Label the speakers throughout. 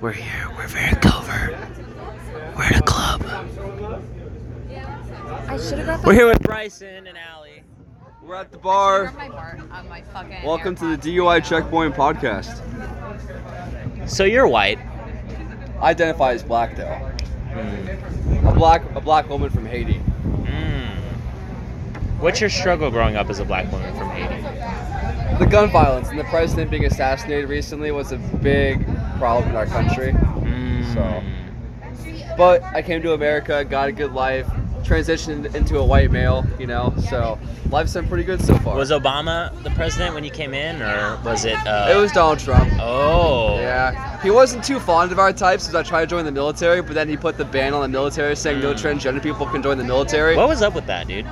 Speaker 1: We're here. We're very covert. We're at a club.
Speaker 2: I should have got
Speaker 1: We're here with Bryson and Allie.
Speaker 3: We're at the
Speaker 2: bar
Speaker 3: bar.
Speaker 2: my bar on my fucking
Speaker 3: Welcome to the
Speaker 2: AirPods
Speaker 3: DUI
Speaker 2: right now.
Speaker 3: Checkpoint Podcast.
Speaker 1: So you're white.
Speaker 3: I identify as black though.
Speaker 1: Hmm.
Speaker 3: A black a black woman from Haiti.
Speaker 1: Mm. What's your struggle growing up as a black woman from Haiti?
Speaker 3: The gun violence and the president being assassinated recently was a big problem in our country.
Speaker 1: Mm.
Speaker 3: So. But I came to America, got a good life, transitioned into a white male, you know. So life's been pretty good so far.
Speaker 1: Was Obama the president when you came in, or was it? Uh,
Speaker 3: it was Donald Trump.
Speaker 1: Oh.
Speaker 3: Yeah, he wasn't too fond of our types because I tried to join the military, but then he put the ban on the military saying no
Speaker 1: Mm.
Speaker 3: transgender people can join the military.
Speaker 1: What was up with that, dude?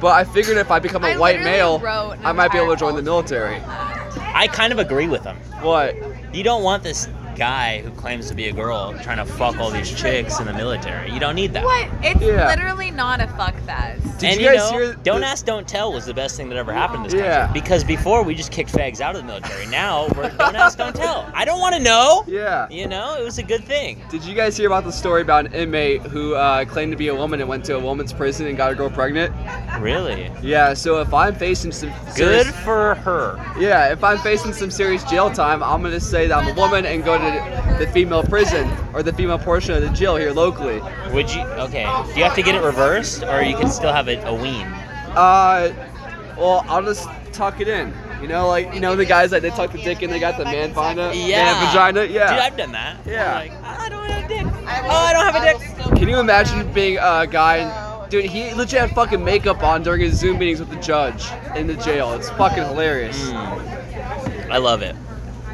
Speaker 3: But I figured if I become a
Speaker 2: I
Speaker 3: white
Speaker 2: literally
Speaker 3: male,
Speaker 2: wrote an
Speaker 3: I might be able to
Speaker 2: entire
Speaker 3: join the military.
Speaker 1: I kind of agree with him.
Speaker 3: What?
Speaker 1: You don't want this guy who claims to be a girl trying to fuck all these chicks in the military. You don't need that.
Speaker 2: What? It's
Speaker 3: Yeah.
Speaker 2: literally not a fuck fest.
Speaker 3: Did
Speaker 1: and
Speaker 3: you
Speaker 1: you,
Speaker 3: guys
Speaker 1: know,
Speaker 3: hear
Speaker 1: don't
Speaker 3: the-
Speaker 1: ask, don't tell was the best thing that ever happened in this
Speaker 3: Yeah.
Speaker 1: country. Because before we just kicked fags out of the military. Now we're don't ask, don't tell. I don't want to know.
Speaker 3: Yeah.
Speaker 1: You know, it was a good thing.
Speaker 3: Did you guys hear about the story about an inmate who uh, claimed to be a woman and went to a woman's prison and got a girl pregnant?
Speaker 1: Really.
Speaker 3: Yeah. So if I'm facing some
Speaker 1: Good
Speaker 3: serious,
Speaker 1: for her.
Speaker 3: yeah, if I'm facing some serious jail time, I'm gonna say that I'm a woman and go to the female prison or the female portion of the jail here locally.
Speaker 1: Would you? Okay. Do you have to get it reversed, or you can still have it a wean?
Speaker 3: Uh, well, I'll just tuck it in. You know, like you know the guys that they tuck the dick in, they got the man vagina. Man vagina.
Speaker 1: Dude,
Speaker 3: Yeah.
Speaker 1: I've done that.
Speaker 3: Yeah.
Speaker 1: Like, I don't have a dick. Oh, I don't have a dick.
Speaker 3: Can you imagine being a guy? And, dude, he legit had fucking makeup on during his Zoom meetings with the judge in the jail. It's fucking hilarious.
Speaker 1: Mm. I love it.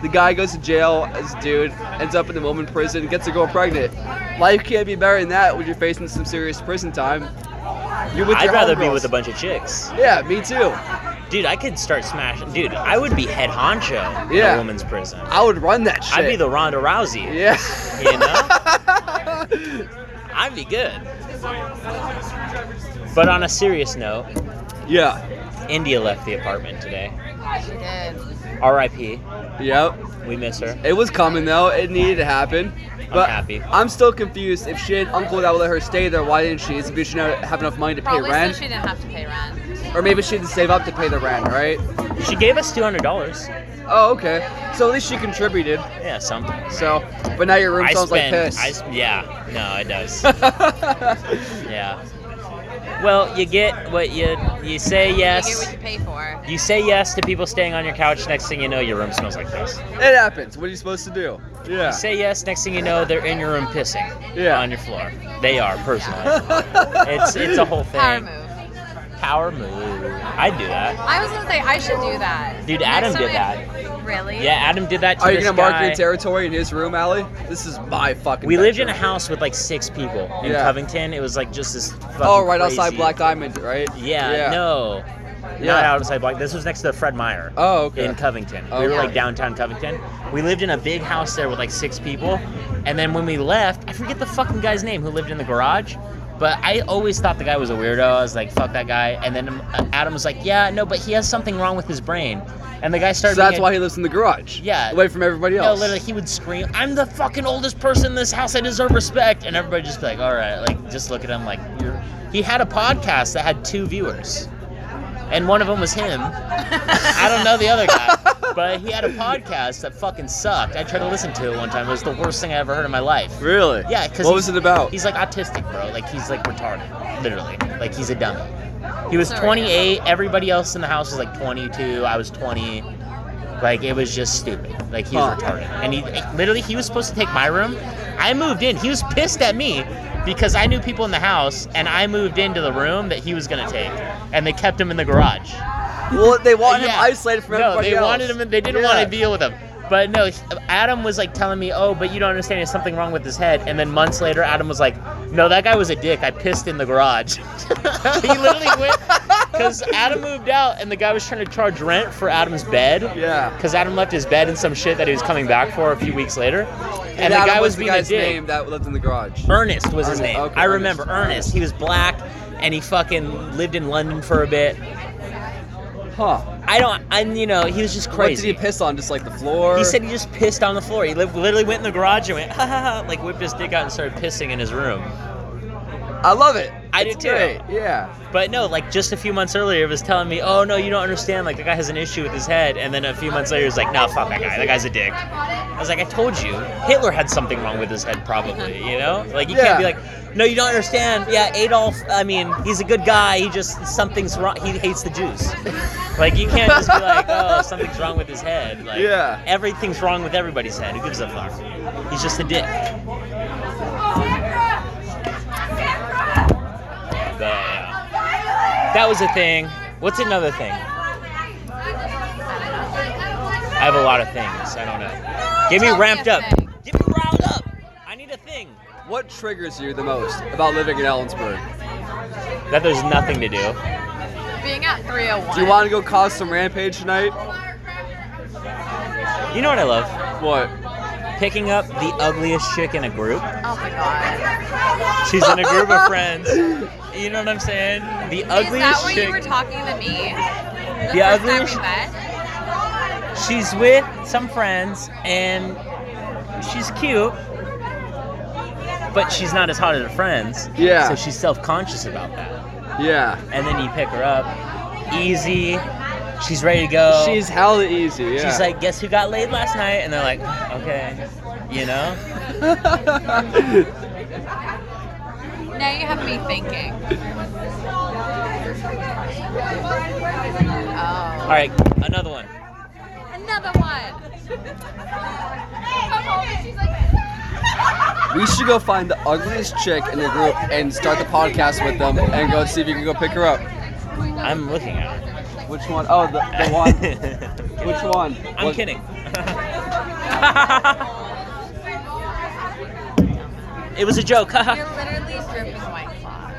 Speaker 3: The guy goes to jail as a dude, ends up in the woman prison, gets a girl pregnant. Life can't be better than that when you're facing some serious prison time. You're with
Speaker 1: I'd
Speaker 3: your
Speaker 1: rather be
Speaker 3: homegirls.
Speaker 1: with a bunch of chicks.
Speaker 3: Yeah, me too.
Speaker 1: Dude, I could start smashing. Dude, I would be head honcho in
Speaker 3: Yeah.
Speaker 1: a woman's prison.
Speaker 3: I would run that shit.
Speaker 1: I'd be the Ronda Rousey.
Speaker 3: Yeah.
Speaker 1: You
Speaker 3: know?
Speaker 1: I'd be good. But on a serious note,
Speaker 3: yeah.
Speaker 1: India left the apartment today.
Speaker 2: She did.
Speaker 1: R.I.P.
Speaker 3: Yep.
Speaker 1: We miss her.
Speaker 3: It was coming though. It needed to happen. But
Speaker 1: happy.
Speaker 3: I'm still confused. If she had an uncle that would let her stay there, why didn't she? Is it because she didn't have enough money to pay
Speaker 2: Probably so
Speaker 3: rent?
Speaker 2: she didn't have to pay rent.
Speaker 3: or maybe she had to save up to pay the rent, right?
Speaker 1: She gave us two hundred dollars.
Speaker 3: Oh, okay. So at least she contributed.
Speaker 1: Yeah, something.
Speaker 3: So, but now your room
Speaker 1: I
Speaker 3: sounds
Speaker 1: spend.
Speaker 3: like piss.
Speaker 1: I s- yeah. No, it does. yeah. Well, you get what you you say
Speaker 2: You get what
Speaker 1: yes.
Speaker 2: you pay for.
Speaker 1: You say yes to people staying on your couch. Next thing you know, your room smells like this.
Speaker 3: it happens. What are you supposed to do? Yeah.
Speaker 1: You say yes. Next thing you know, they're in your room pissing
Speaker 3: Yeah.
Speaker 1: on your floor. They are personally. it's it's a whole thing.
Speaker 2: Power move.
Speaker 1: Power move. I'd do that.
Speaker 2: I was gonna say I should do that.
Speaker 1: Dude, Adam
Speaker 2: Next
Speaker 1: did
Speaker 2: time I- Really?
Speaker 1: Yeah, Adam did that to
Speaker 3: Are you
Speaker 1: this
Speaker 3: gonna mark
Speaker 1: guy.
Speaker 3: your territory in his room, Allie? This is my fucking.
Speaker 1: We lived in a
Speaker 3: bedroom.
Speaker 1: house with like six people in
Speaker 3: Yeah.
Speaker 1: Covington. It was like just this. Fucking
Speaker 3: Oh, right outside
Speaker 1: crazy-
Speaker 3: Black Diamond, right?
Speaker 1: Yeah, no, not
Speaker 3: Yeah.
Speaker 1: outside Black. This was next to Fred Meyer
Speaker 3: Oh, okay.
Speaker 1: in Covington. We
Speaker 3: Okay.
Speaker 1: were like downtown Covington. We lived in a big house there with like six people, and then when we left, I forget the fucking guy's name who lived in the garage. But I always thought the guy was a weirdo. I was like, "Fuck that guy." And then um, Adam was like, "Yeah, no, but he has something wrong with his brain." And the guy
Speaker 3: So
Speaker 1: started.
Speaker 3: that's
Speaker 1: being a-
Speaker 3: why he lives in the garage.
Speaker 1: Yeah.
Speaker 3: Away from everybody
Speaker 1: no,
Speaker 3: else.
Speaker 1: literally, he would scream, "I'm the fucking oldest person in this house. I deserve respect." And everybody just be like, "All right," like just look at him like you're. He had a podcast that had two viewers, and one of them was him. I don't know the other guy, but he had a podcast that fucking sucked. I tried to listen to it one time. It was the worst thing I ever heard in my life.
Speaker 3: Really?
Speaker 1: Yeah, because
Speaker 3: what was it about?
Speaker 1: He's like autistic, bro. Like he's like retarded, literally. Like he's a dummy. He was
Speaker 2: Sorry.
Speaker 1: 28. Everybody else in the house was like 22. I was 20. Like it was just stupid. Like he was
Speaker 3: Huh.
Speaker 1: retarded, and he literally he was supposed to take my room. I moved in. He was pissed at me because I knew people in the house, and I moved into the room that he was gonna take, and they kept him in the garage.
Speaker 3: well, they wanted
Speaker 1: Yeah.
Speaker 3: him isolated from
Speaker 1: no,
Speaker 3: everybody
Speaker 1: they
Speaker 3: else.
Speaker 1: wanted him. They didn't
Speaker 3: Yeah.
Speaker 1: want to deal with him. But no, he- Adam was like telling me, "Oh, but you don't understand. There's something wrong with his head." And then months later, Adam was like, "No, that guy was a dick. I pissed in the garage." he literally went because Adam moved out, and the guy was trying to charge rent for Adam's bed.
Speaker 3: Yeah.
Speaker 1: Because Adam left his bed and some shit that he was coming back for a few weeks later, and,
Speaker 3: And,
Speaker 1: the
Speaker 3: Adam
Speaker 1: guy
Speaker 3: was,
Speaker 1: was,
Speaker 3: the
Speaker 1: being a
Speaker 3: guy's
Speaker 1: dick.
Speaker 3: name that lived in the garage.
Speaker 1: Ernest was his
Speaker 3: Ernest,
Speaker 1: name.
Speaker 3: okay,
Speaker 1: I remember
Speaker 3: Ernest.
Speaker 1: Ernest. He was black, and he fucking lived in London for a bit.
Speaker 3: Huh.
Speaker 1: I don't. And you know, he was just
Speaker 3: What did
Speaker 1: crazy.
Speaker 3: he piss on? Just like the floor?
Speaker 1: He said he just pissed on the floor. He li- literally went in the garage and went, ha ha ha, like whipped his dick out and started pissing in his room.
Speaker 3: I love it.
Speaker 1: I
Speaker 3: It's
Speaker 1: do too.
Speaker 3: great. Yeah.
Speaker 1: But no, like just a few months earlier, he was telling me, oh no, you don't understand. Like the guy has an issue with his head. And then a few months later, he's like, no, fuck that guy. That guy's a dick. I was like, I told you, Hitler had something wrong with his head, probably. You know, like you
Speaker 3: Yeah.
Speaker 1: can't be like, no, you don't understand. Yeah, Adolf. I mean, he's a good guy. He just something's wrong. He hates the Jews. Like you can't just be like, oh, something's wrong with his head. Like
Speaker 3: Yeah.
Speaker 1: everything's wrong with everybody's head. Who gives a fuck? He's just a dick. But, yeah. That was a thing. What's another thing? I have a lot of things. I don't know. Get me
Speaker 2: Tell me
Speaker 1: ramped
Speaker 2: a
Speaker 1: up.
Speaker 2: thing.
Speaker 1: Get me riled up. I need a thing.
Speaker 3: What triggers you the most about living in Ellensburg?
Speaker 1: That there's nothing to do.
Speaker 2: Being at 301.
Speaker 3: Do you want to go cause some rampage tonight?
Speaker 1: You know what I love?
Speaker 3: What?
Speaker 1: Picking up the ugliest chick in a group.
Speaker 2: Oh my god.
Speaker 1: She's in a group of friends. You know what I'm saying? The
Speaker 2: Is that
Speaker 1: ugliest
Speaker 2: when you were
Speaker 1: chick.
Speaker 2: talking to me? The
Speaker 1: Yeah,
Speaker 2: first
Speaker 1: ugliest-
Speaker 2: time we met.
Speaker 1: She's with some friends and she's cute. But she's not as hot as her friends.
Speaker 3: Yeah.
Speaker 1: So she's self conscious about that.
Speaker 3: Yeah.
Speaker 1: and then you pick her up. Easy. She's ready to go.
Speaker 3: She's hella easy. Yeah.
Speaker 1: She's like, guess who got laid last night? And they're like, okay, you know.
Speaker 2: Now you have me thinking. Oh.
Speaker 1: All right, another one.
Speaker 2: Another one.
Speaker 3: we should go find the ugliest chick in the group and start the podcast with them and go and see if you can go pick her up.
Speaker 1: I'm looking at her.
Speaker 3: Which one? Oh, the, the one. Which one?
Speaker 1: I'm
Speaker 3: What-
Speaker 1: kidding. it was a joke.
Speaker 2: You're literally dripping white cloth.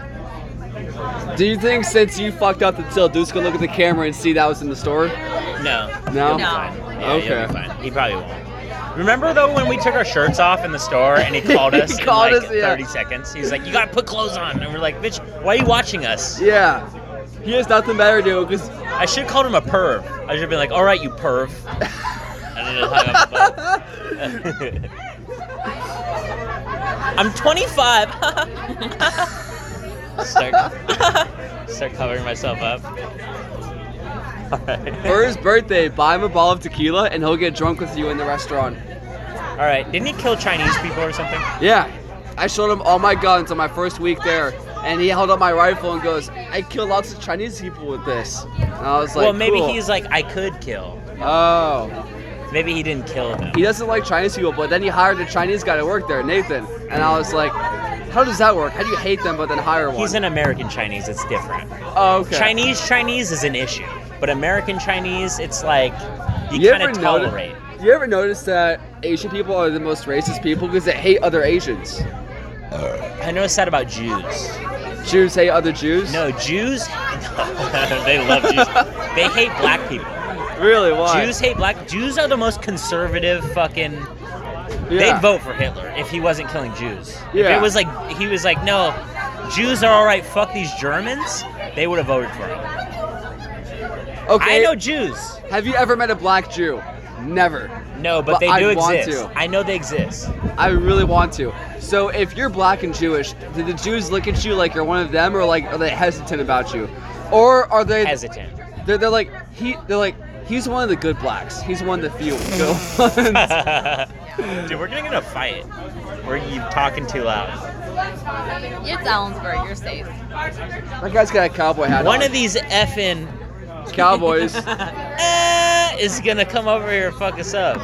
Speaker 3: Do you think since you fucked up the till, Deuce could look at the camera and see that was in the store?
Speaker 1: no.
Speaker 2: No.
Speaker 3: No.
Speaker 1: Yeah,
Speaker 3: Okay.
Speaker 1: You'll be fine. He probably won't. Remember though when we took our shirts off in the store and he called
Speaker 3: He
Speaker 1: us in
Speaker 3: called
Speaker 1: like
Speaker 3: us, yeah.
Speaker 1: 30 seconds. He's like, "You gotta put clothes on," and we're like, "Bitch, why are you watching us?"
Speaker 3: Yeah. He has nothing better to do because
Speaker 1: I should have called him a perv. I should have been like, all right, you perv. And then just hung up the phone. I'm 25. start, start covering myself up. All
Speaker 3: for his birthday, buy him a bottle of tequila and he'll get drunk with you in the restaurant.
Speaker 1: right. Didn't he kill Chinese people or something?
Speaker 3: Yeah. I showed him all my guns on my first week there, and he held up my rifle and goes, I kill lots of Chinese people with this. And I was like,
Speaker 1: well, maybe
Speaker 3: cool.
Speaker 1: he's like, I could kill.
Speaker 3: Oh.
Speaker 1: Maybe he didn't kill them.
Speaker 3: He doesn't like Chinese people, but then he hired a Chinese guy to work there, Nathan. And I was like, how does that work? How do you hate them but then hire one?
Speaker 1: He's an American Chinese. It's different.
Speaker 3: oh, okay.
Speaker 1: Chinese Chinese is an issue, but American Chinese, it's like you,
Speaker 3: You
Speaker 1: kind
Speaker 3: ever
Speaker 1: of
Speaker 3: noti-
Speaker 1: tolerate.
Speaker 3: You ever notice that Asian people are the most racist people because they hate other Asians?
Speaker 1: I noticed that about Jews.
Speaker 3: Jews hate other Jews?
Speaker 1: No, Jews. they love Jews. They hate black people.
Speaker 3: Really? Why?
Speaker 1: Jews hate black. Jews are the most conservative fucking.
Speaker 3: Yeah.
Speaker 1: They'd vote for Hitler if he wasn't killing Jews. If
Speaker 3: Yeah.
Speaker 1: it was like he was like, no, Jews are all right. Fuck these Germans. They would have voted for him.
Speaker 3: Okay.
Speaker 1: I know Jews.
Speaker 3: Have you ever met a black Jew? Never.
Speaker 1: No, but,
Speaker 3: But
Speaker 1: they
Speaker 3: I
Speaker 1: do
Speaker 3: want
Speaker 1: exist.
Speaker 3: to.
Speaker 1: I know they exist.
Speaker 3: I really want to. So if you're black and Jewish, do the Jews look at you like you're one of them, or like are they hesitant about you, or are they?
Speaker 1: Hesitant.
Speaker 3: They're, they're like he. They're like he's one of the good blacks. He's one of the few. good ones."
Speaker 1: Dude, we're getting in a fight. Were you talking too loud?
Speaker 2: It's Ellensburg. You're safe.
Speaker 3: that guy's got a cowboy hat.
Speaker 1: One
Speaker 3: on.
Speaker 1: of these effing
Speaker 3: cowboys.
Speaker 1: eh, is gonna come over here and fuck us up.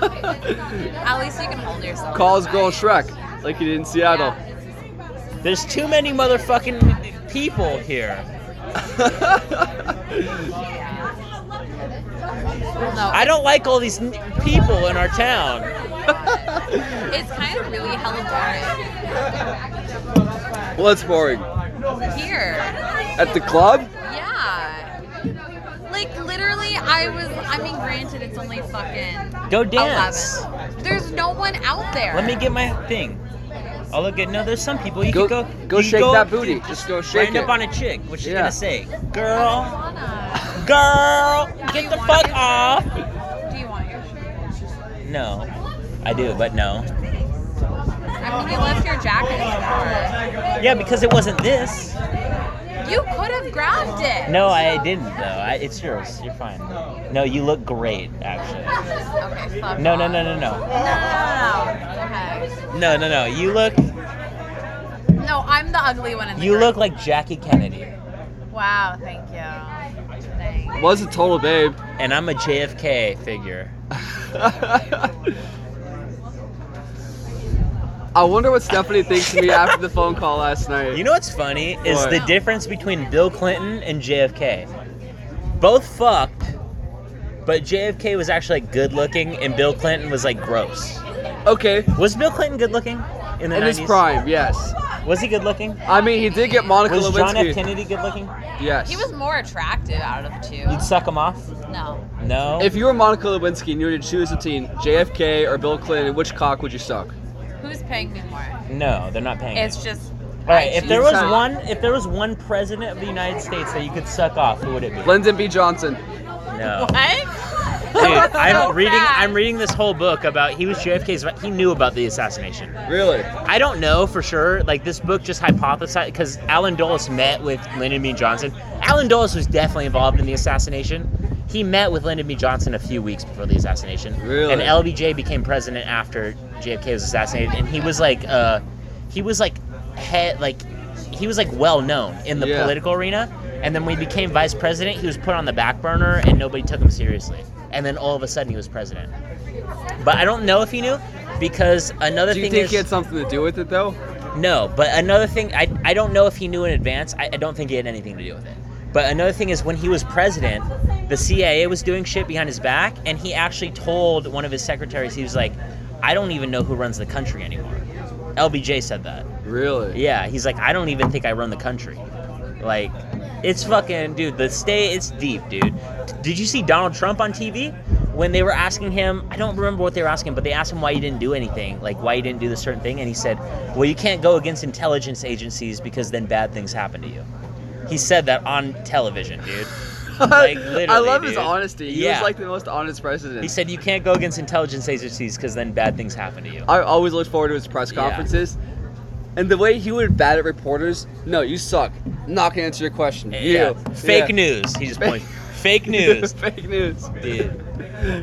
Speaker 2: At least you can hold yourself.
Speaker 3: calls
Speaker 2: It's
Speaker 3: girl
Speaker 2: fine.
Speaker 3: Shrek, like he did in Seattle.
Speaker 1: There's too many motherfucking people here.
Speaker 2: No,
Speaker 1: I don't like all these n- people in our town.
Speaker 2: it's kind of really hella
Speaker 3: well, it's boring.
Speaker 2: boring here.
Speaker 3: At the club,
Speaker 2: Yeah. Like literally, I was. I mean, granted, it's only fucking
Speaker 1: Go dance.
Speaker 2: eleven. There's no one out there.
Speaker 1: Let me get my thing. I'll look at. No, there's some people you
Speaker 3: Go-
Speaker 1: can go.
Speaker 3: go
Speaker 1: you
Speaker 3: shake
Speaker 1: go
Speaker 3: that
Speaker 1: up to-
Speaker 3: booty. Just go shake
Speaker 1: Wind up
Speaker 3: it.
Speaker 1: on a chick. What she's
Speaker 3: Yeah.
Speaker 1: gonna say, girl?
Speaker 2: Lana.
Speaker 1: Girl, get
Speaker 2: you
Speaker 1: the
Speaker 2: want
Speaker 1: fuck
Speaker 2: it?
Speaker 1: off.
Speaker 2: Do you want your shirt?
Speaker 1: No, I do, but no.
Speaker 2: I mean, you left your jacket in the
Speaker 1: Yeah, because it wasn't this.
Speaker 2: car. You could have grabbed it.
Speaker 1: No, I didn't though. I, it's yours. You're fine. No, you look great actually.
Speaker 2: Okay, fuck
Speaker 1: No, no,
Speaker 2: off.
Speaker 1: no, no, no.
Speaker 2: No, no, no, no.
Speaker 1: No, no, no. You look
Speaker 2: Okay. No, I'm the ugly one in the
Speaker 1: you
Speaker 2: group.
Speaker 1: look like Jackie Kennedy.
Speaker 2: Wow, thank you. Thanks.
Speaker 3: Was a total babe.
Speaker 1: And I'm a JFK figure.
Speaker 3: I wonder what Stephanie thinks of me after the phone call last night.
Speaker 1: You know what's funny is
Speaker 3: What?
Speaker 1: the difference between Bill Clinton and JFK. Both fucked, but JFK was actually like, good looking and Bill Clinton was like gross.
Speaker 3: okay,
Speaker 1: Was Bill Clinton good looking in the
Speaker 3: in
Speaker 1: 90s?
Speaker 3: his prime, yes.
Speaker 1: Was he good looking?
Speaker 3: I mean, he did get Monica
Speaker 1: Was John F.
Speaker 3: Lewinsky.
Speaker 1: Kennedy good looking?
Speaker 3: Yes.
Speaker 2: He was more attractive out of the two.
Speaker 1: You'd suck him off?
Speaker 2: No.
Speaker 1: No.
Speaker 3: If you were Monica Lewinsky and you were to choose between JFK or Bill Clinton, which cock would you suck?
Speaker 2: Who's paying me more?
Speaker 1: no, they're not paying.
Speaker 2: It's
Speaker 1: you.
Speaker 2: just.
Speaker 1: All right. If there was
Speaker 3: Jesus.
Speaker 1: one, if there was one president of the United States that you could suck off, who would it be?
Speaker 3: Lyndon B. Johnson.
Speaker 1: No.
Speaker 2: What?
Speaker 1: Dude,
Speaker 2: That was
Speaker 1: I'm
Speaker 2: so
Speaker 1: reading.
Speaker 2: fast.
Speaker 1: I'm reading this whole book about he was JFK's. He knew about the assassination.
Speaker 3: Really?
Speaker 1: I don't know for sure. Like this book just hypothesized because Alan Dulles met with Lyndon B. Johnson. Alan Dulles was definitely involved in the assassination. He met with Lyndon B. Johnson a few weeks before the assassination.
Speaker 3: Really?
Speaker 1: And LBJ became president after JFK was assassinated, and he was like, uh, he was like, head like, he was like well known in the
Speaker 3: Yeah.
Speaker 1: political arena. And then when he became vice president, he was put on the back burner, and nobody took him seriously. And then all of a sudden, he was president. But I don't know if he knew, because another
Speaker 3: Do you
Speaker 1: thing
Speaker 3: think
Speaker 1: is
Speaker 3: he had something to do with it, though?
Speaker 1: no, but another thing, I, I don't know if he knew in advance. I, I don't think he had anything to do with it. But another thing is when he was president, the CIA was doing shit behind his back, and he actually told one of his secretaries, he was like, I don't even know who runs the country anymore. LBJ said that.
Speaker 3: Really?
Speaker 1: Yeah, he's like, I don't even think I run the country. Like, it's fucking, dude, the state, it's deep, dude. Did you see Donald Trump on TV? When they were asking him, I don't remember what they were asking, but they asked him why he didn't do anything, like why he didn't do this certain thing, and he said, Well, you can't go against intelligence agencies because then bad things happen to you. He said that on television, dude. Like, literally,
Speaker 3: I love his
Speaker 1: dude.
Speaker 3: honesty. He
Speaker 1: Yeah.
Speaker 3: was like the most honest president.
Speaker 1: He said, You can't go against intelligence agencies because then bad things happen to you.
Speaker 3: I always looked forward to his press
Speaker 1: Yeah.
Speaker 3: conferences. And the way he would bat at reporters, no, you suck. Not gonna answer your question.
Speaker 1: Eh, Yeah.
Speaker 3: You.
Speaker 1: Fake
Speaker 3: Yeah.
Speaker 1: news. He just
Speaker 3: Fake-
Speaker 1: points. Fake news.
Speaker 3: Fake news.
Speaker 1: Dude.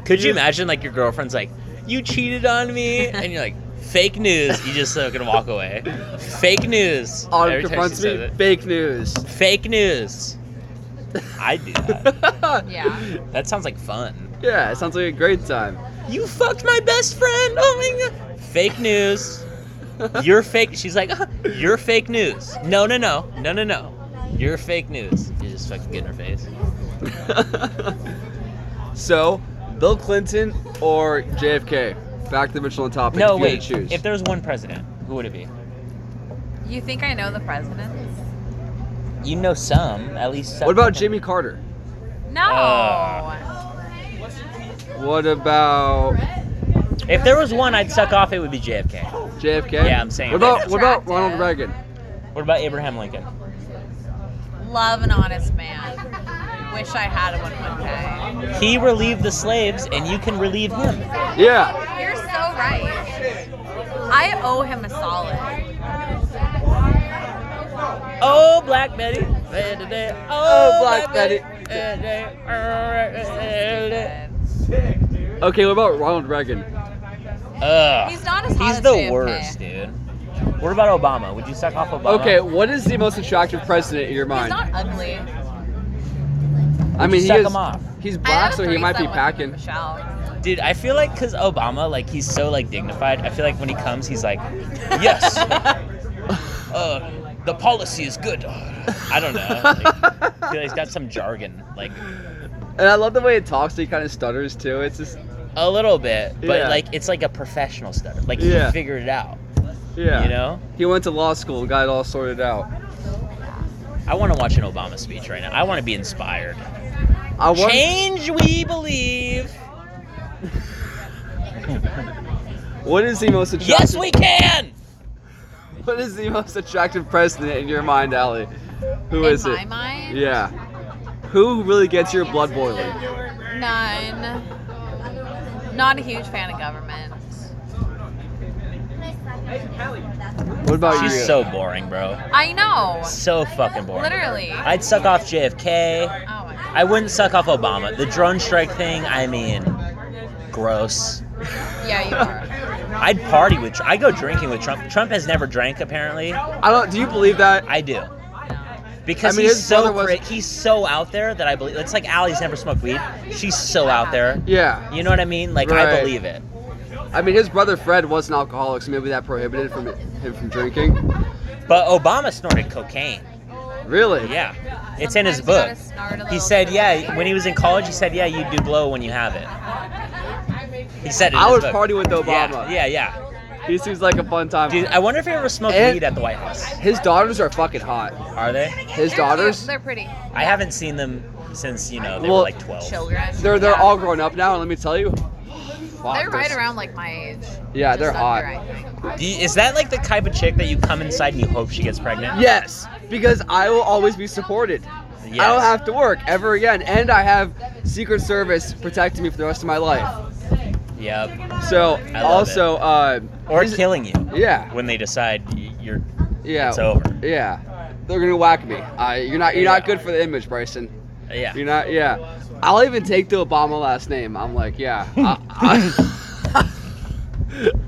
Speaker 1: Could you imagine like your girlfriend's like, you cheated on me, and you're like, fake news. You just fucking walk away. Fake news.
Speaker 3: Autumn
Speaker 1: Every time she
Speaker 3: confronts me.
Speaker 1: says it.
Speaker 3: Fake news.
Speaker 1: Fake news. I do that.
Speaker 2: Yeah.
Speaker 1: that sounds like fun.
Speaker 3: yeah, it sounds like a great time.
Speaker 1: You fucked my best friend. Oh my god. Fake news. You're fake. She's like, "Uh, you're fake news. No, no, no, no, no, no. You're fake news. You just fucking get in her face.
Speaker 3: so, Bill Clinton or JFK? Back to the original topic. if
Speaker 1: No,
Speaker 3: you had
Speaker 1: wait.
Speaker 3: to Choose.
Speaker 1: If there was one president, who would it be?
Speaker 2: You think I know the presidents?
Speaker 1: You know some, at least. Some
Speaker 3: what about Jimmy Carter?
Speaker 2: No.
Speaker 1: Uh.
Speaker 3: What about
Speaker 1: If there was one I'd suck off, it would be JFK.
Speaker 3: JFK?
Speaker 1: Yeah, I'm saying
Speaker 3: What
Speaker 1: that.
Speaker 3: about what about Ronald
Speaker 2: Attractive.
Speaker 3: Reagan?
Speaker 1: What about Abraham Lincoln?
Speaker 2: Love an honest man. Wish I had one one day.
Speaker 1: He relieved the slaves, and you can relieve him.
Speaker 3: Yeah.
Speaker 2: You're so right. I owe him a solid.
Speaker 1: Oh, Black Betty. Oh,
Speaker 3: Oh, Black Betty. Okay, what about Ronald Reagan?
Speaker 1: Ugh.
Speaker 2: He's not as hot
Speaker 1: He's
Speaker 2: as
Speaker 1: the
Speaker 2: JFK.
Speaker 1: worst, dude. What about Obama? Would you suck off Obama?
Speaker 3: Okay, what is the most attractive president in your
Speaker 2: He's
Speaker 3: mind?
Speaker 2: not ugly.
Speaker 3: I
Speaker 1: Would
Speaker 3: mean,
Speaker 1: you
Speaker 3: he
Speaker 1: suck
Speaker 3: is,
Speaker 1: him off?
Speaker 3: he's
Speaker 2: I had
Speaker 3: black,
Speaker 2: a
Speaker 3: so he might
Speaker 2: threesome with him
Speaker 3: be
Speaker 2: and
Speaker 3: packing.
Speaker 2: Michelle.
Speaker 1: Dude, I feel like because Obama, like, he's so, like, dignified, I feel like when he comes, he's like, yes, uh, the policy is good. I don't know. Like, I feel like he's got some jargon. Like,
Speaker 3: And I love the way it talks. He kind of stutters too. It's just,
Speaker 1: A little bit, but
Speaker 3: Yeah.
Speaker 1: like it's like a professional stutter. Like
Speaker 3: Yeah.
Speaker 1: he figured it out.
Speaker 3: yeah.
Speaker 1: You know?
Speaker 3: He went to law school and got it all sorted out.
Speaker 1: I want to watch an Obama speech right now. I want to be inspired.
Speaker 3: I want.
Speaker 1: Change we believe.
Speaker 3: What is the most attractive?
Speaker 1: Yes, we can.
Speaker 3: What is the most attractive president in your mind, Allie? Who
Speaker 2: in
Speaker 3: is
Speaker 2: my
Speaker 3: it?
Speaker 2: mind,
Speaker 3: Yeah. Who really gets your blood boiling?
Speaker 2: None. Not a huge fan of government.
Speaker 3: What about you?
Speaker 1: She's so boring, bro.
Speaker 2: I know.
Speaker 1: So fucking boring.
Speaker 2: Literally. Oh
Speaker 1: I'd suck off JFK.
Speaker 2: my god.
Speaker 1: I wouldn't suck off Obama. The drone strike thing, I mean, gross.
Speaker 2: Yeah, you are.
Speaker 1: I'd party with. Tr- I go drinking with Trump. Trump has never drank apparently.
Speaker 3: I don't. Do you believe that?
Speaker 1: I do. Because
Speaker 3: I mean,
Speaker 1: he's
Speaker 3: his
Speaker 1: so
Speaker 3: brother was-
Speaker 1: cra- he's so out there that I believe it's like Allie's never smoked weed. She's so out there.
Speaker 3: Yeah.
Speaker 1: You know what I mean? Like I
Speaker 3: Right.
Speaker 1: believe it.
Speaker 3: I mean, his brother Fred was an alcoholic, so maybe that prohibited from him from drinking.
Speaker 1: But Obama snorted cocaine.
Speaker 3: Really?
Speaker 1: Yeah. It's in his
Speaker 2: Sometimes
Speaker 1: book.
Speaker 2: you gotta snort a
Speaker 1: He
Speaker 2: little
Speaker 1: said,
Speaker 2: bit.
Speaker 1: yeah, when he was in college, he said, yeah, you do blow when you have it. He said it. in
Speaker 3: I
Speaker 1: his
Speaker 3: would
Speaker 1: book.
Speaker 3: party with Obama.
Speaker 1: Yeah, yeah, yeah.
Speaker 3: He seems like a fun time.
Speaker 1: Dude, I wonder if he ever smoked
Speaker 3: And-
Speaker 1: weed at the White House.
Speaker 3: His daughters are fucking hot.
Speaker 1: Are they?
Speaker 3: His
Speaker 2: They're cute.
Speaker 3: daughters,
Speaker 2: They're pretty.
Speaker 1: I haven't seen them since, you know, they were
Speaker 3: Well-
Speaker 1: like 12.
Speaker 2: Children.
Speaker 3: they're they're
Speaker 2: Yeah.
Speaker 3: all grown up now. And let me tell you, fuck,
Speaker 2: They're right
Speaker 3: there's-
Speaker 2: around like my age.
Speaker 3: Yeah, they're
Speaker 2: Just
Speaker 3: hot.
Speaker 2: under, I think.
Speaker 1: Do you- Is that like the type of chick that you come inside and you hope she gets pregnant?
Speaker 3: Yes, because I will always be supported.
Speaker 1: Yes.
Speaker 3: I don't have to work ever again, and I have Secret Service protecting me for the rest of my life.
Speaker 1: Yep.
Speaker 3: So
Speaker 1: love
Speaker 3: also, uh,
Speaker 1: Or
Speaker 3: his-
Speaker 1: killing you
Speaker 3: Yeah,
Speaker 1: when they decide y- you're.
Speaker 3: yeah,
Speaker 1: It's over.
Speaker 3: yeah. They're gonna whack me. Uh, you're not. You're not
Speaker 1: Yeah.
Speaker 3: good for the image, Bryson.
Speaker 1: Yeah.
Speaker 3: You're not. Yeah. I'll even take the Obama last name. I'm like, yeah. I,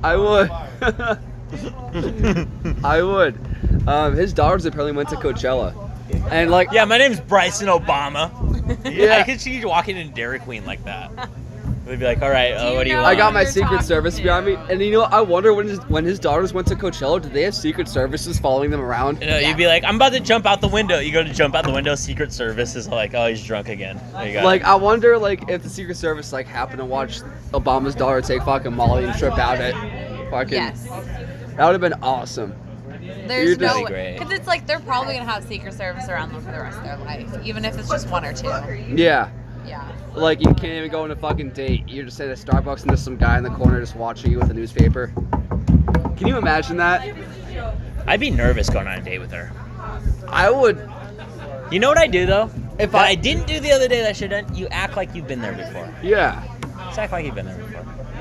Speaker 3: I, I would. I would. Um, his daughters apparently went to Coachella, and like,
Speaker 1: yeah, my name's Bryson Obama.
Speaker 3: Yeah.
Speaker 1: I could see you walking in Dairy Queen like that. They'd be like, all right, uh,
Speaker 2: you
Speaker 1: what do you
Speaker 2: know-
Speaker 1: want?
Speaker 3: I got my
Speaker 2: You're
Speaker 3: Secret
Speaker 2: talking
Speaker 3: Service
Speaker 2: to-
Speaker 3: behind me, and you know, I wonder when his when his daughters went to Coachella, did they have Secret Services following them around?
Speaker 1: You know, you'd be like, I'm about to jump out the window. You go to jump out the window, Secret Service is like, oh, he's drunk again. There you go.
Speaker 3: Like, I wonder like if the Secret Service like happened to watch Obama's daughter take fucking Molly and trip out at fucking.
Speaker 2: Yes.
Speaker 3: That would have been awesome.
Speaker 2: There's
Speaker 3: That'd
Speaker 2: no
Speaker 1: be great.
Speaker 2: because it's like they're probably gonna have Secret Service around them for the rest of their life, even if it's just one or two.
Speaker 3: Yeah.
Speaker 2: Yeah.
Speaker 3: Like you can't even go on a fucking date. You're just at a Starbucks and there's some guy in the corner just watching you with a newspaper. Can you imagine that?
Speaker 1: I'd be nervous going on a date with her.
Speaker 3: I would
Speaker 1: You know what I do though?
Speaker 3: If
Speaker 1: that
Speaker 3: I-
Speaker 1: I, didn't do the other day that I should have done, you act like you've been there before.
Speaker 3: Yeah.
Speaker 1: Just act like you've been there before.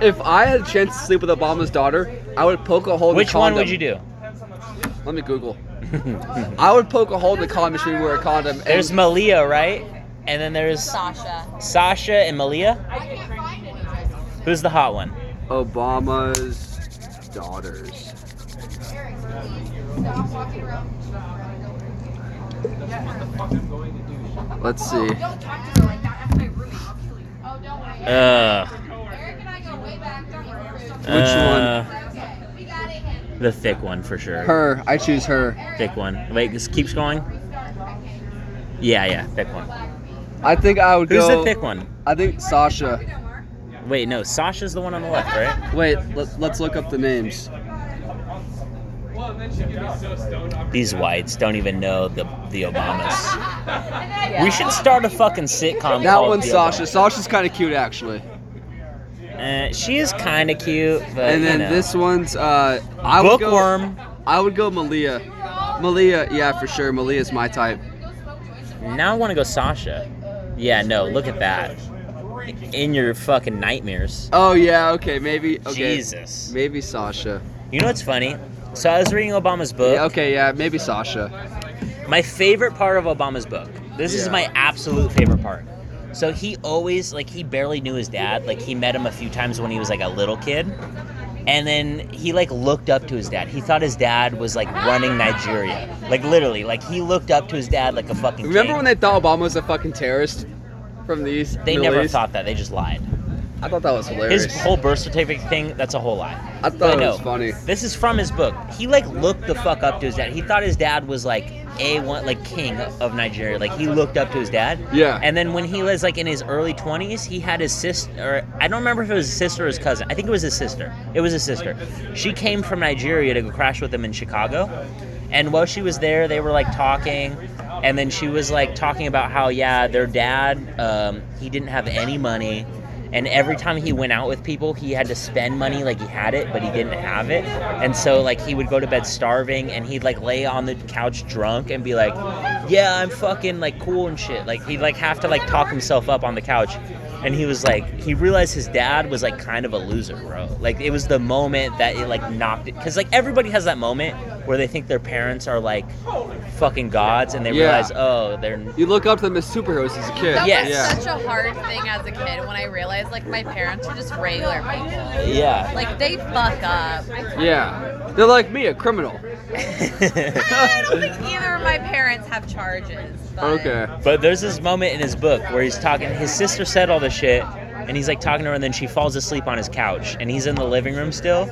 Speaker 3: If I had a chance to sleep with Obama's daughter, I would poke a hole in the
Speaker 1: Which one
Speaker 3: condom.
Speaker 1: would you do?
Speaker 3: do? Let me Google. I would poke a hole in the condom if she would wear a condom. and-
Speaker 1: There's Malia, right? And then there's
Speaker 2: Sasha.
Speaker 1: Sasha and Malia. Who's the hot one?
Speaker 3: Obama's daughters. Let's see. Uh,
Speaker 1: Ugh.
Speaker 3: Which
Speaker 1: one? Uh, The thick one for sure.
Speaker 3: Her. I choose her.
Speaker 1: Thick one. Wait, this keeps going. Yeah, yeah, thick one.
Speaker 3: I think I would
Speaker 1: Who's
Speaker 3: go.
Speaker 1: the thick one?
Speaker 3: I think Sasha.
Speaker 1: Wait, no, Sasha's the one on the left, right?
Speaker 3: Wait, let, let's look up the names.
Speaker 1: These whites don't even know the the Obamas.
Speaker 2: Yeah.
Speaker 1: We should start a fucking sitcom.
Speaker 3: That
Speaker 1: called
Speaker 3: one's
Speaker 1: The
Speaker 3: Sasha.
Speaker 1: Obamas.
Speaker 3: Sasha's kind of cute, actually.
Speaker 1: Uh, she is kind of cute, but
Speaker 3: And
Speaker 1: you
Speaker 3: then
Speaker 1: know.
Speaker 3: this one's uh, I would go-
Speaker 1: bookworm.
Speaker 3: I would go Malia. Malia, yeah, for sure. Malia's my type.
Speaker 1: Now I want to go Sasha. Yeah, no, look at that. In your fucking nightmares.
Speaker 3: Oh yeah, okay, maybe. Okay,
Speaker 1: Jesus.
Speaker 3: maybe Sasha.
Speaker 1: You know what's funny? So I was reading Obama's book.
Speaker 3: Yeah, okay, yeah, maybe Sasha.
Speaker 1: My favorite part of Obama's book. This is
Speaker 3: Yeah.
Speaker 1: my absolute favorite part. So he always like he barely knew his dad. Like he met him a few times when he was like a little kid. And then he like looked up to his dad. He thought his dad was like running Nigeria. Like literally, like he looked up to his dad like a fucking
Speaker 3: Remember
Speaker 1: king.
Speaker 3: when they thought Obama was a fucking terrorist from the East?
Speaker 1: they
Speaker 3: Middle
Speaker 1: never
Speaker 3: East?
Speaker 1: thought that. They just lied.
Speaker 3: I thought that was hilarious.
Speaker 1: His whole birth certificate thing, that's a whole lie.
Speaker 3: I
Speaker 1: But
Speaker 3: thought it was funny.
Speaker 1: This is from his book. He like looked the fuck up to his dad. He thought his dad was like a one like king of Nigeria. Like he looked up to his dad.
Speaker 3: Yeah.
Speaker 1: And then when he was like in his early twenties, he had his sister. Or I don't remember if it was his sister or his cousin. I think it was his sister. It was his sister. She came from Nigeria to go crash with him in Chicago. And while she was there, they were like talking, and then she was like talking about how yeah, their dad, um, he didn't have any money And every time he went out with people, he had to spend money like he had it, but he didn't have it. And so like he would go to bed starving, and he'd like lay on the couch drunk and be like, "Yeah, I'm fucking like cool and shit." Like he'd like have to like talk himself up on the couch. And he was like, he realized his dad was like kind of a loser, bro. Like it was the moment that it like knocked it, because like everybody has that moment where they think their parents are like fucking gods, and they
Speaker 3: Yeah.
Speaker 1: realize, oh, they're
Speaker 3: You look up to them as superheroes as a kid.
Speaker 2: That
Speaker 1: Yes.
Speaker 2: was such a hard thing as a kid when I realized like my parents were just regular people.
Speaker 1: yeah.
Speaker 2: Like they fuck up.
Speaker 3: Yeah. Yeah. They're like me, a criminal.
Speaker 2: I don't think either of my parents have charges. But
Speaker 3: Okay.
Speaker 1: But there's this moment in his book where he's talking. His sister said all this shit, and he's like talking to her, and then she falls asleep on his couch, and he's in the living room still.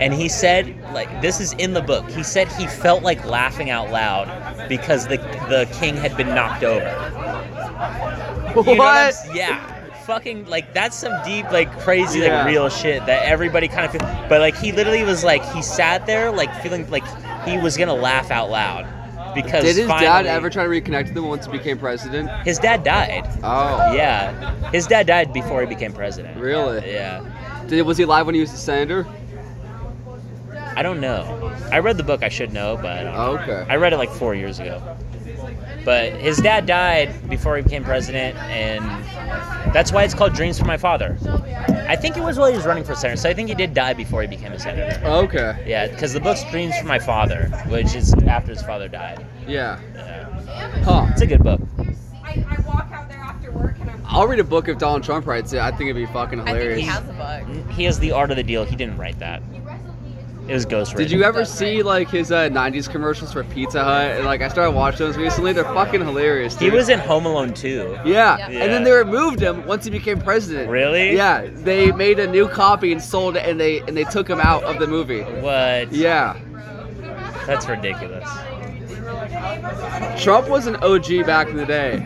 Speaker 1: And he said, like, this is in the book. He said he felt like laughing out loud because the the king had been knocked over.
Speaker 3: What?
Speaker 1: You know what I'm s- yeah. Fucking like that's some deep like crazy
Speaker 3: Yeah.
Speaker 1: like real shit that everybody kind of feel, but like he literally was like he sat there like feeling like he was gonna laugh out loud because
Speaker 3: Did his dad
Speaker 1: finally-
Speaker 3: ever try to reconnect them once he became president?
Speaker 1: his dad died
Speaker 3: Oh.
Speaker 1: yeah. His dad died before he became president.
Speaker 3: Really?
Speaker 1: Yeah.
Speaker 3: Did, was he alive when he was a senator?
Speaker 1: I don't know. I read the book, I should know, but I don't
Speaker 3: Oh,
Speaker 1: know.
Speaker 3: okay.
Speaker 1: I read it like four years ago. But his dad died before he became president, and that's why it's called Dreams for My Father. I think it was while he was running for senator, so I think he did die before he became a senator.
Speaker 3: Okay.
Speaker 1: Yeah, because the book's Dreams for My Father, which is after his father died.
Speaker 3: Yeah.
Speaker 1: Yeah.
Speaker 3: Huh.
Speaker 1: It's a good book.
Speaker 4: I, I walk out there after work and I'm
Speaker 3: I'll read a book if Donald Trump writes it. I think it'd be fucking
Speaker 2: I think
Speaker 3: hilarious.
Speaker 2: he has a book.
Speaker 1: He has The Art of the Deal. He didn't write that. It was ghostwritten.
Speaker 3: Did you ever
Speaker 2: That's
Speaker 3: see like his uh, '90s commercials for Pizza Hut? And, like I started watching those recently. They're fucking hilarious.
Speaker 1: He
Speaker 3: Dude.
Speaker 1: was in Home Alone too.
Speaker 3: Yeah.
Speaker 2: Yeah.
Speaker 3: and then they removed him once he became president.
Speaker 1: Really?
Speaker 3: Yeah, they made a new copy and sold it, and they and they took him out of the movie.
Speaker 1: What?
Speaker 3: Yeah,
Speaker 1: That's ridiculous.
Speaker 3: Trump was an OG back in the day.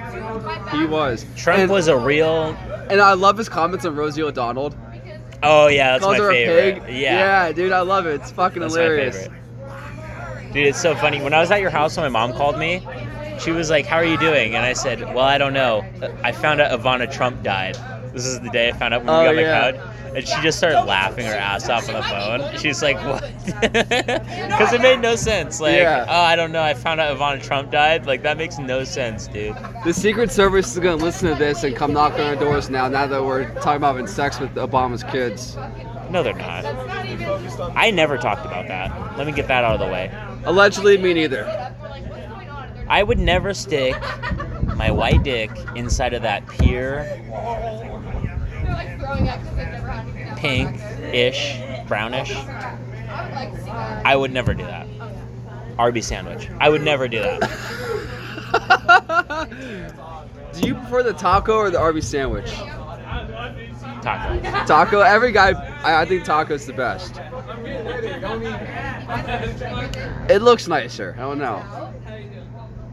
Speaker 3: He was.
Speaker 1: Trump
Speaker 3: and,
Speaker 1: was a real.
Speaker 3: and I love his comments on Rosie O'Donnell.
Speaker 1: Oh yeah, that's
Speaker 3: Calls
Speaker 1: my
Speaker 3: her
Speaker 1: favorite.
Speaker 3: a pig.
Speaker 1: Yeah,
Speaker 3: dude, I love it. It's fucking
Speaker 1: that's
Speaker 3: hilarious.
Speaker 1: my favorite. Dude, it's so funny. When I was at your house, when my mom called me, she was like, "How are you doing?" And I said, "Well, I don't know. I found out Ivana Trump died. This is the day I found out when
Speaker 3: Oh,
Speaker 1: we got on the
Speaker 3: yeah.
Speaker 1: couch." And she just started laughing her ass off on the phone. She's like, "What?" Because it made no sense. Like,
Speaker 3: Yeah.
Speaker 1: oh, I don't know. I found out Ivana Trump died. Like, that makes no sense, dude.
Speaker 3: The Secret Service is gonna listen to this and come knock on our doors now. Now that we're talking about having sex with Obama's kids,
Speaker 1: No, they're not. I never talked about that. Let me get that out of the way.
Speaker 3: allegedly, me neither.
Speaker 1: I would never stick my white dick inside of that pure pink ish, brownish. I would never do that. Arby sandwich. I would never do that.
Speaker 3: Do you prefer the taco or the Arby's sandwich?
Speaker 1: Taco.
Speaker 3: Taco. Every guy, I, I think taco's the best. It looks nicer. I don't know.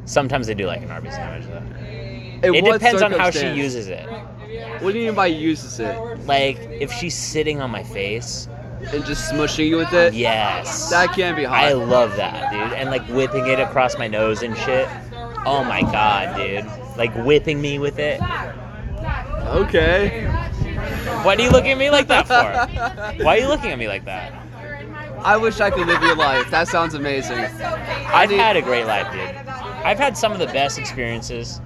Speaker 1: Sometimes they do like an Arby sandwich though.
Speaker 3: In
Speaker 1: It
Speaker 3: what
Speaker 1: depends on how she
Speaker 3: circumstance?
Speaker 1: uses it.
Speaker 3: What do you mean by uses it?
Speaker 1: Like if she's sitting on my face,
Speaker 3: And just smushing you with it?
Speaker 1: yes.
Speaker 3: That can be hot.
Speaker 1: I love that, dude. And like whipping it across my nose and shit. Oh my god, dude. Like whipping me with it.
Speaker 3: okay.
Speaker 1: Why do you look at me like that for? Why are you looking at me like that?
Speaker 3: I wish I could live your life. That sounds amazing.
Speaker 1: I've had a great life, dude. I've had some of the best experiences.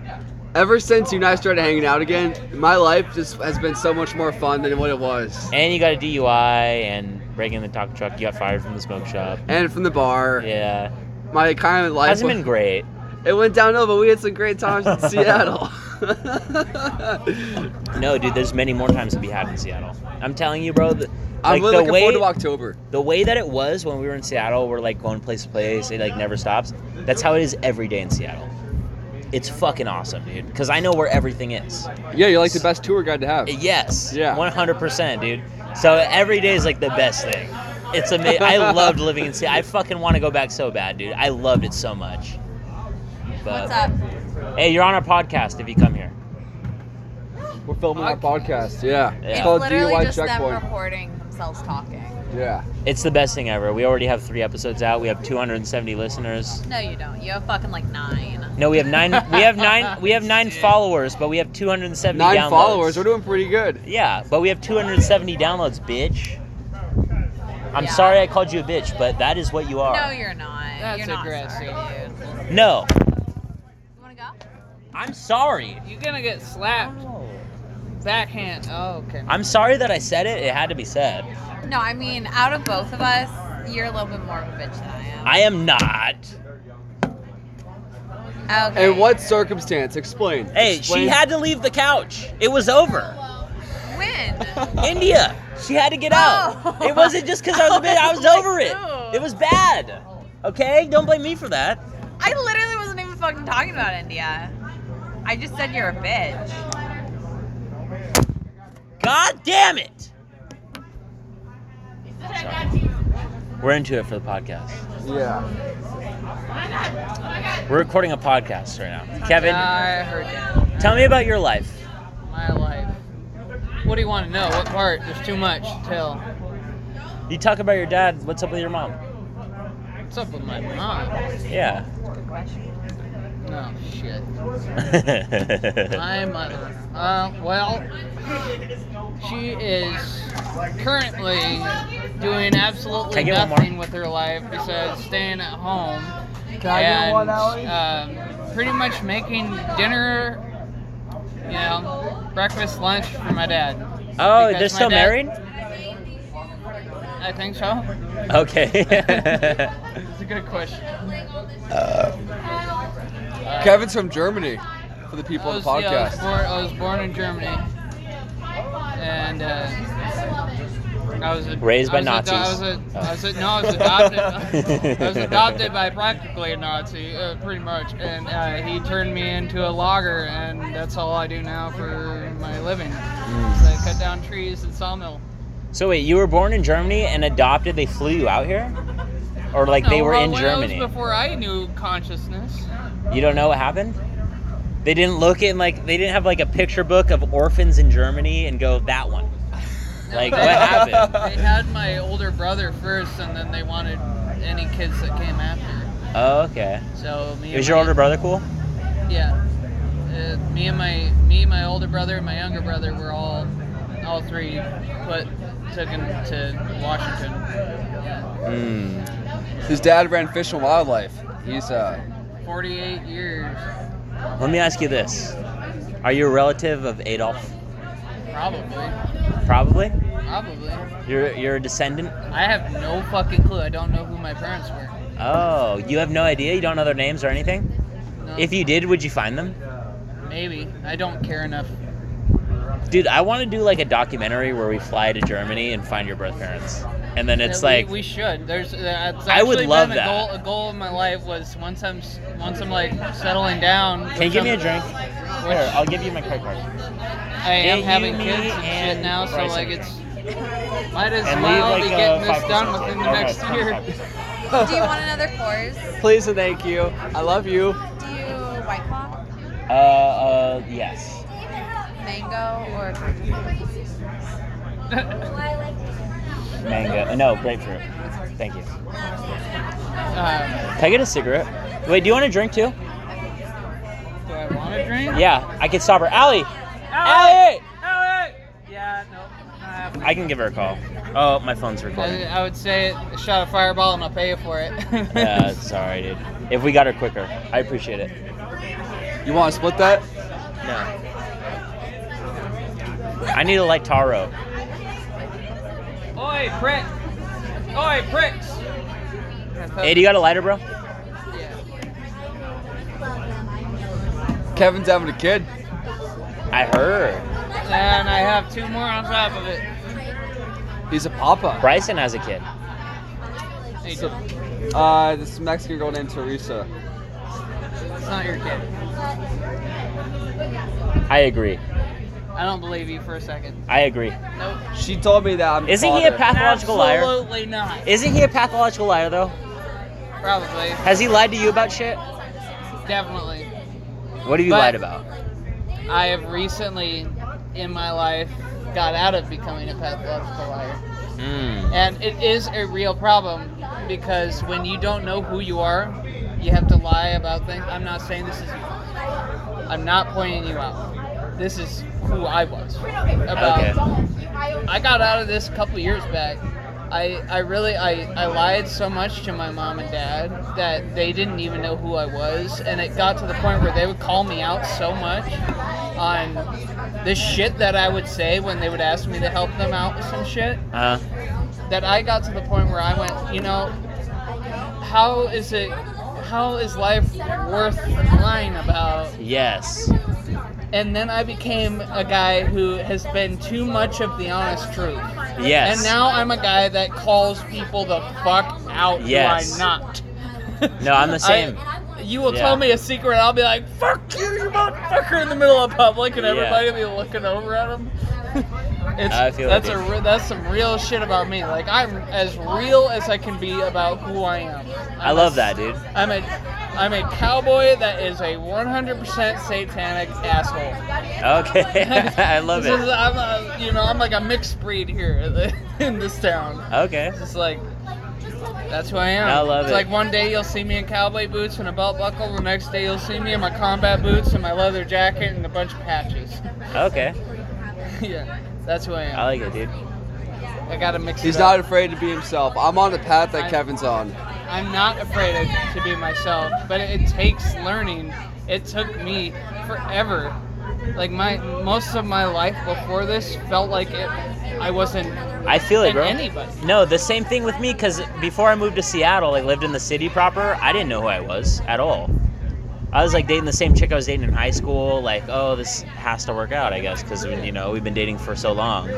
Speaker 3: Ever since you and I started hanging out again, my life just has been so much more fun than what it was.
Speaker 1: And you got a DUI and breaking the taco truck. You got fired from the smoke shop.
Speaker 3: And from the bar,
Speaker 1: Yeah.
Speaker 3: my kind of life
Speaker 1: Hasn't
Speaker 3: wa-
Speaker 1: been great.
Speaker 3: it went downhill, but we had some great times in Seattle.
Speaker 1: No, dude, there's many more times to be had in Seattle. I'm telling you, bro. The,
Speaker 3: I'm
Speaker 1: like,
Speaker 3: really
Speaker 1: the
Speaker 3: looking
Speaker 1: way,
Speaker 3: forward to October.
Speaker 1: the way that it was when we were in Seattle, we're like going place to place, it like never stops. That's how it is every day in Seattle. It's fucking awesome, dude. Because I know where everything is.
Speaker 3: Yeah, you're like the best tour guide to have.
Speaker 1: Yes.
Speaker 3: Yeah.
Speaker 1: One hundred percent, dude. So every day is like the best thing. It's amazing. I loved living in Seattle. I fucking want to go back so bad, dude. I loved it so much. But
Speaker 2: What's up?
Speaker 1: hey, you're on our podcast if you come here.
Speaker 3: We're filming our podcast. Yeah.
Speaker 1: It's
Speaker 2: It's
Speaker 1: called
Speaker 2: literally just them recording themselves talking.
Speaker 3: Yeah.
Speaker 1: It's the best thing ever. We already have three episodes out. We have 270 listeners.
Speaker 2: No, you don't. You have fucking like nine.
Speaker 1: No, we have nine. We have nine. We have nine followers, but we have 270
Speaker 3: Nine
Speaker 1: downloads.
Speaker 3: followers. We're doing pretty good.
Speaker 1: Yeah, but we have 270 downloads, bitch. I'm
Speaker 2: Yeah.
Speaker 1: sorry I called you a bitch, but that is what you
Speaker 2: No,
Speaker 1: are.
Speaker 2: you're not.
Speaker 5: That's
Speaker 2: you're not
Speaker 5: aggressive.
Speaker 2: Sorry, dude.
Speaker 1: No,
Speaker 2: You wanna go?
Speaker 1: I'm sorry.
Speaker 5: You're gonna get slapped. Backhand. Oh, okay.
Speaker 1: I'm sorry that I said it. It had to be said.
Speaker 2: No, I mean, out of both of us, you're a little bit more of a bitch than I am.
Speaker 1: I am not.
Speaker 2: okay.
Speaker 3: In what circumstance? Explain.
Speaker 1: Hey, she
Speaker 3: Explain.
Speaker 1: had to leave the couch. It was over.
Speaker 2: When?
Speaker 1: India. She had to get out.
Speaker 2: Oh.
Speaker 1: It wasn't just because I was a bitch. I was
Speaker 2: Oh my
Speaker 1: over it.
Speaker 2: God.
Speaker 1: It was bad. Okay? Don't blame me for that.
Speaker 2: I literally wasn't even fucking talking about India. I just said you're a bitch.
Speaker 1: God damn it. We're into it for the podcast.
Speaker 3: Yeah.
Speaker 1: We're recording a podcast right now. Kevin,
Speaker 5: I heard that.
Speaker 1: tell me about your life.
Speaker 5: My life. What do you want to know? What part? There's too much to tell.
Speaker 1: You talk about your dad. What's up with your mom?
Speaker 5: What's up with my mom?
Speaker 1: Yeah. Oh,
Speaker 5: No shit. My mother. Uh, well, she is currently doing absolutely
Speaker 1: Can I get one more?
Speaker 5: nothing with her life besides staying at home and um, pretty much making dinner, you know, breakfast, lunch for my dad.
Speaker 1: oh,
Speaker 5: Because my
Speaker 1: they're still
Speaker 5: dad-
Speaker 1: married?
Speaker 5: I think so.
Speaker 1: Okay.
Speaker 5: It's a good question.
Speaker 1: Uh,
Speaker 5: Uh,
Speaker 3: Kevin's from Germany. For the people
Speaker 5: I
Speaker 3: on
Speaker 5: was,
Speaker 3: the
Speaker 5: yeah, I was,
Speaker 3: podcast.
Speaker 5: born, I was born in Germany, and uh, I was ad-
Speaker 1: Raised
Speaker 5: I
Speaker 1: by
Speaker 5: was ado-
Speaker 1: Nazis. Oh.
Speaker 5: I was, a, I was a, no, I was adopted. I was adopted by practically a Nazi, uh, pretty much, and uh, he turned me into a logger, and that's all I do now for my living.
Speaker 1: Hmm.
Speaker 5: So I cut down trees and sawmill.
Speaker 1: so wait, you were born in Germany and adopted. They flew you out here, or like they
Speaker 5: No,
Speaker 1: were
Speaker 5: well,
Speaker 1: in
Speaker 5: well,
Speaker 1: Germany?
Speaker 5: That was before I knew consciousness.
Speaker 1: You don't know what happened? They didn't look in like they didn't have like a picture book of orphans in Germany and go that one. Like what happened?
Speaker 5: They had my older brother first, and then they wanted any kids that came after.
Speaker 1: Oh, okay.
Speaker 5: So me. and
Speaker 1: Is your
Speaker 5: my-
Speaker 1: older brother cool?
Speaker 5: Yeah. Uh, me and my me, my older brother, and my younger brother were all all three put taken to Washington. Yeah.
Speaker 1: Mm.
Speaker 3: His dad ran Fish and Wildlife. He's uh.
Speaker 5: Forty-eight years,
Speaker 1: Let me ask you this: Are you a relative of Adolf?
Speaker 5: probably,
Speaker 1: Probably.
Speaker 5: probably.
Speaker 1: You're you're a descendant.
Speaker 5: I have no fucking clue. I don't know who my parents were.
Speaker 1: Oh, you have no idea. You don't know their names or anything.
Speaker 5: No.
Speaker 1: If you did, would you find them?
Speaker 5: maybe I don't care enough.
Speaker 1: Dude, I want to do like a documentary where we fly to Germany and find your birth parents, and then it's
Speaker 5: Uh, we-
Speaker 1: like
Speaker 5: we, should. There's. That's
Speaker 1: I would
Speaker 5: actually
Speaker 1: love
Speaker 5: been
Speaker 1: that.
Speaker 5: A goal, a goal of my life was once I'm s- once I'm like settling down.
Speaker 1: Can you
Speaker 5: which
Speaker 1: give me a
Speaker 5: I'm-
Speaker 1: drink? Here, I'll give you my credit card.
Speaker 5: I am
Speaker 1: Get
Speaker 5: having
Speaker 1: you, me,
Speaker 5: kids and,
Speaker 1: and
Speaker 5: shit now, so
Speaker 1: Bryson.
Speaker 5: like it's might as
Speaker 1: And
Speaker 5: well
Speaker 1: leave
Speaker 5: be
Speaker 1: like
Speaker 5: getting
Speaker 1: uh,
Speaker 5: this done within the next year.
Speaker 2: Do you want another course?
Speaker 3: Please and thank you. I love you.
Speaker 2: Do you white claw,
Speaker 1: Uh, uh, yes.
Speaker 2: mango, or
Speaker 1: Mango. Uh, No, grapefruit. Thank you. Can
Speaker 5: Uh,
Speaker 1: I get a cigarette? Wait, do you want a drink too?
Speaker 5: do I want to drink?
Speaker 1: Yeah, I can stop her. Allie! Allie!
Speaker 5: Alright. Yeah, no. Uh,
Speaker 1: I can give her a call. Oh, my phone's
Speaker 5: I,
Speaker 1: recording.
Speaker 5: I would say a shot of fireball and I'll pay you for it.
Speaker 1: Uh, sorry, dude. If we got her quicker, I appreciate it.
Speaker 3: You want to split that?
Speaker 1: No. I need a light taro.
Speaker 5: Oi, prick! Oi, pricks!
Speaker 1: Hey, do you got a lighter, bro?
Speaker 5: Yeah.
Speaker 3: Kevin's having a kid.
Speaker 1: I heard.
Speaker 5: And I have two more on top of it.
Speaker 3: He's a papa.
Speaker 1: Bryson has a kid.
Speaker 5: Hey,
Speaker 3: So- Uh, this Mexican girl named Teresa.
Speaker 5: it's not your kid.
Speaker 1: I agree.
Speaker 5: I don't believe you for a second.
Speaker 1: I agree.
Speaker 5: Nope.
Speaker 3: She told me that I'm. the
Speaker 1: Isn't he a
Speaker 3: father.
Speaker 1: pathological liar?
Speaker 5: Absolutely not.
Speaker 1: Isn't he a pathological liar though?
Speaker 5: Probably.
Speaker 1: Has he lied to you about shit?
Speaker 5: Definitely.
Speaker 1: What have you
Speaker 5: But-
Speaker 1: lied about?
Speaker 5: I have recently in my life got out of becoming a pathological liar.
Speaker 1: Mm.
Speaker 5: And it is a real problem because when you don't know who you are, You have to lie about things. I'm not saying this is you. I'm not pointing you out. This is who I was. About
Speaker 1: Okay.
Speaker 5: I got out of this a couple years back. I, I really I, I lied so much to my mom and dad that they didn't even know who I was and it got to the point where they would call me out so much on the shit that I would say when they would ask me to help them out with some shit
Speaker 1: Uh,
Speaker 5: that I got to the point where I went, you know, how is it how is life worth lying about?
Speaker 1: yes.
Speaker 5: And then I became a guy who has been too much of the honest truth.
Speaker 1: Yes.
Speaker 5: And now I'm a guy that calls people the fuck out.
Speaker 1: Yes.
Speaker 5: Do I not?
Speaker 1: No, I'm the
Speaker 5: I-
Speaker 1: same.
Speaker 5: you will
Speaker 1: Yeah.
Speaker 5: tell me a secret, and I'll be like, "Fuck you, you motherfucker!" in the middle of public, and
Speaker 1: Yeah.
Speaker 5: everybody will be looking over at him. it's,
Speaker 1: I feel
Speaker 5: that's
Speaker 1: it,
Speaker 5: a
Speaker 1: dude.
Speaker 5: re- that's some real shit about me. Like I'm as real as I can be about who I am. I'm
Speaker 1: I love
Speaker 5: a-
Speaker 1: that, dude.
Speaker 5: I'm a I'm a cowboy that is a 100% satanic asshole.
Speaker 1: Okay. I love
Speaker 5: This is-
Speaker 1: it.
Speaker 5: I'm a, you know, I'm like a mixed breed here in this town.
Speaker 1: Okay.
Speaker 5: It's just like that's who I am.
Speaker 1: I love
Speaker 5: it's
Speaker 1: it.
Speaker 5: Like one day you'll see me in cowboy boots and a belt buckle. The next day you'll see me in my combat boots and my leather jacket and a bunch of patches.
Speaker 1: Okay.
Speaker 5: yeah, that's who I am.
Speaker 1: I like it, dude.
Speaker 5: I gotta mix
Speaker 3: He's
Speaker 5: it up.
Speaker 3: not afraid to be himself. I'm on the path that
Speaker 5: I-
Speaker 3: Kevin's on.
Speaker 5: I'm not afraid of, to be myself, but it takes learning. It took me forever. Like my most of my life before this felt like it. I wasn't
Speaker 1: I feel it,
Speaker 5: in
Speaker 1: bro.
Speaker 5: anybody.
Speaker 1: No, the same thing with me because before I moved to Seattle, like lived in the city proper, I didn't know who I was at all. I was like dating the same chick I was dating in high school. Like, oh, this has to work out, I guess, because you know we've been dating for so long.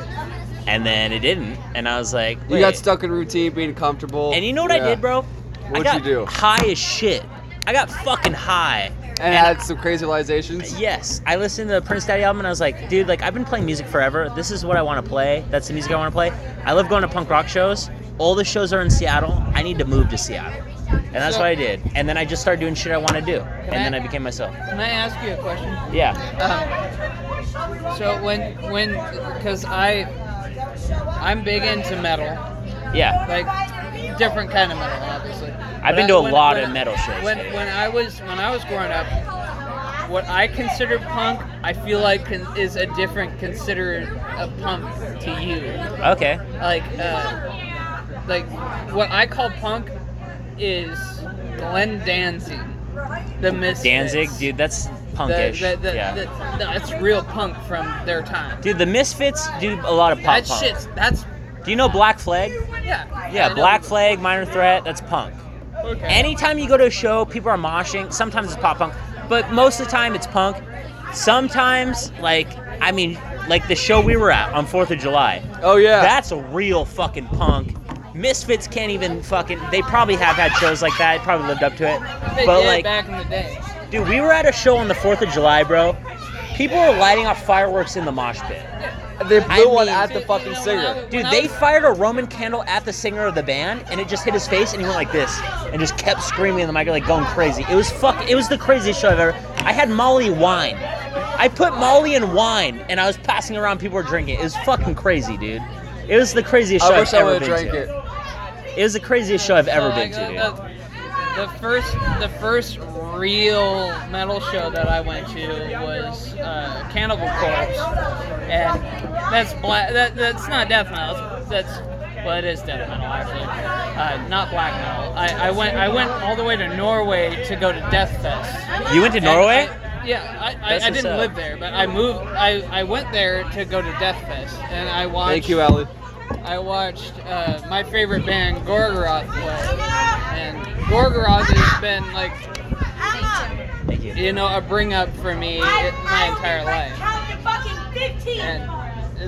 Speaker 1: And then it didn't, and I was like,
Speaker 3: You
Speaker 1: wait.
Speaker 3: got stuck in routine, being comfortable.
Speaker 1: And you know what I
Speaker 3: Yeah.
Speaker 1: did, bro? I
Speaker 3: What'd
Speaker 1: got
Speaker 3: you do?
Speaker 1: High as shit. I got fucking high.
Speaker 3: And had some crazy realizations.
Speaker 1: Yes, I listened to the Prince Daddy album and I was like, dude, like I've been playing music forever. This is what I want to play. That's the music I want to play. I love going to punk rock shows. All the shows are in Seattle. I need to move to Seattle, and that's what I did. And then I just started doing shit I want to do, and then I became myself.
Speaker 5: Can I ask you a question?
Speaker 1: Yeah.
Speaker 5: Um, so when when because I I'm big into metal,
Speaker 1: Yeah.
Speaker 5: like different kind of metal, obviously. But
Speaker 1: been
Speaker 5: I-
Speaker 1: to a
Speaker 5: when-
Speaker 1: lot
Speaker 5: when-
Speaker 1: of metal shows,
Speaker 5: When
Speaker 1: dude.
Speaker 5: when I was when I was growing up, what I consider punk, I feel like con- is a different considered a punk to you
Speaker 1: Okay.
Speaker 5: like uh, like what I call punk is Glenn Danzig, the Misfits.
Speaker 1: Danzig, dude, that's punkish.
Speaker 5: The, the, the,
Speaker 1: yeah.
Speaker 5: the- that's real punk from their time.
Speaker 1: dude, the Misfits do a lot of pop
Speaker 5: that
Speaker 1: punk.
Speaker 5: shit's that's
Speaker 1: Do you know Black Flag?
Speaker 5: yeah. I
Speaker 1: Yeah,
Speaker 5: know.
Speaker 1: Black Flag, Minor Threat, that's punk.
Speaker 5: Okay.
Speaker 1: Anytime you go to a show, people are moshing. Sometimes it's pop punk, but most of the time it's punk. Sometimes, like, I mean, like the show we were at on 4th of July,
Speaker 3: Oh yeah.
Speaker 1: that's a real fucking punk. Misfits can't even fucking, they probably have had shows like that, probably lived up to it.
Speaker 5: they
Speaker 1: But,
Speaker 5: did
Speaker 1: like,
Speaker 5: back in the day.
Speaker 1: dude, we were at a show on the 4th of July, bro. People were lighting off fireworks in the mosh pit.
Speaker 3: they blew
Speaker 1: I
Speaker 3: one
Speaker 1: mean-
Speaker 3: at the
Speaker 5: You
Speaker 3: fucking
Speaker 5: know, when I
Speaker 3: singer.
Speaker 5: was-
Speaker 1: Dude,
Speaker 5: when I
Speaker 1: they
Speaker 5: was-
Speaker 1: fired a Roman candle at the singer of the band, and it just hit his face, and he went like this, and just kept screaming in the mic, like going crazy. It was fuck. It was the craziest show I've ever. I had Molly wine. I put Molly in wine, and I was passing around. People were drinking. It was fucking crazy, dude. It was the craziest show
Speaker 3: I
Speaker 1: I
Speaker 3: wish
Speaker 1: have
Speaker 3: I
Speaker 1: ever
Speaker 3: would
Speaker 1: been
Speaker 3: have drank
Speaker 1: to.
Speaker 3: it.
Speaker 1: It was the craziest show I've ever
Speaker 5: So,
Speaker 1: been to,
Speaker 5: like,
Speaker 1: dude.
Speaker 5: uh, The, the first, the first real metal show that I went to was uh, Cannibal Corpse, and that's black. That, that's not death metal. That's, that's well, it is death metal actually. Uh, not black metal. I, I went, I went all the way to Norway to go to Death Fest.
Speaker 1: you went to Norway?
Speaker 5: And I- yeah, I,
Speaker 1: Oh, eh? That's
Speaker 5: I, I
Speaker 1: what's
Speaker 5: didn't
Speaker 1: up.
Speaker 5: live there, but I moved. I, I went there to go to Death Fest, and I watched.
Speaker 3: Thank you, Ellie.
Speaker 5: I watched uh, my favorite band, Gorgoroth, play. And Gorgoroth has been, like,
Speaker 1: Thank you.
Speaker 5: you know, a bring up for me it, my entire life. And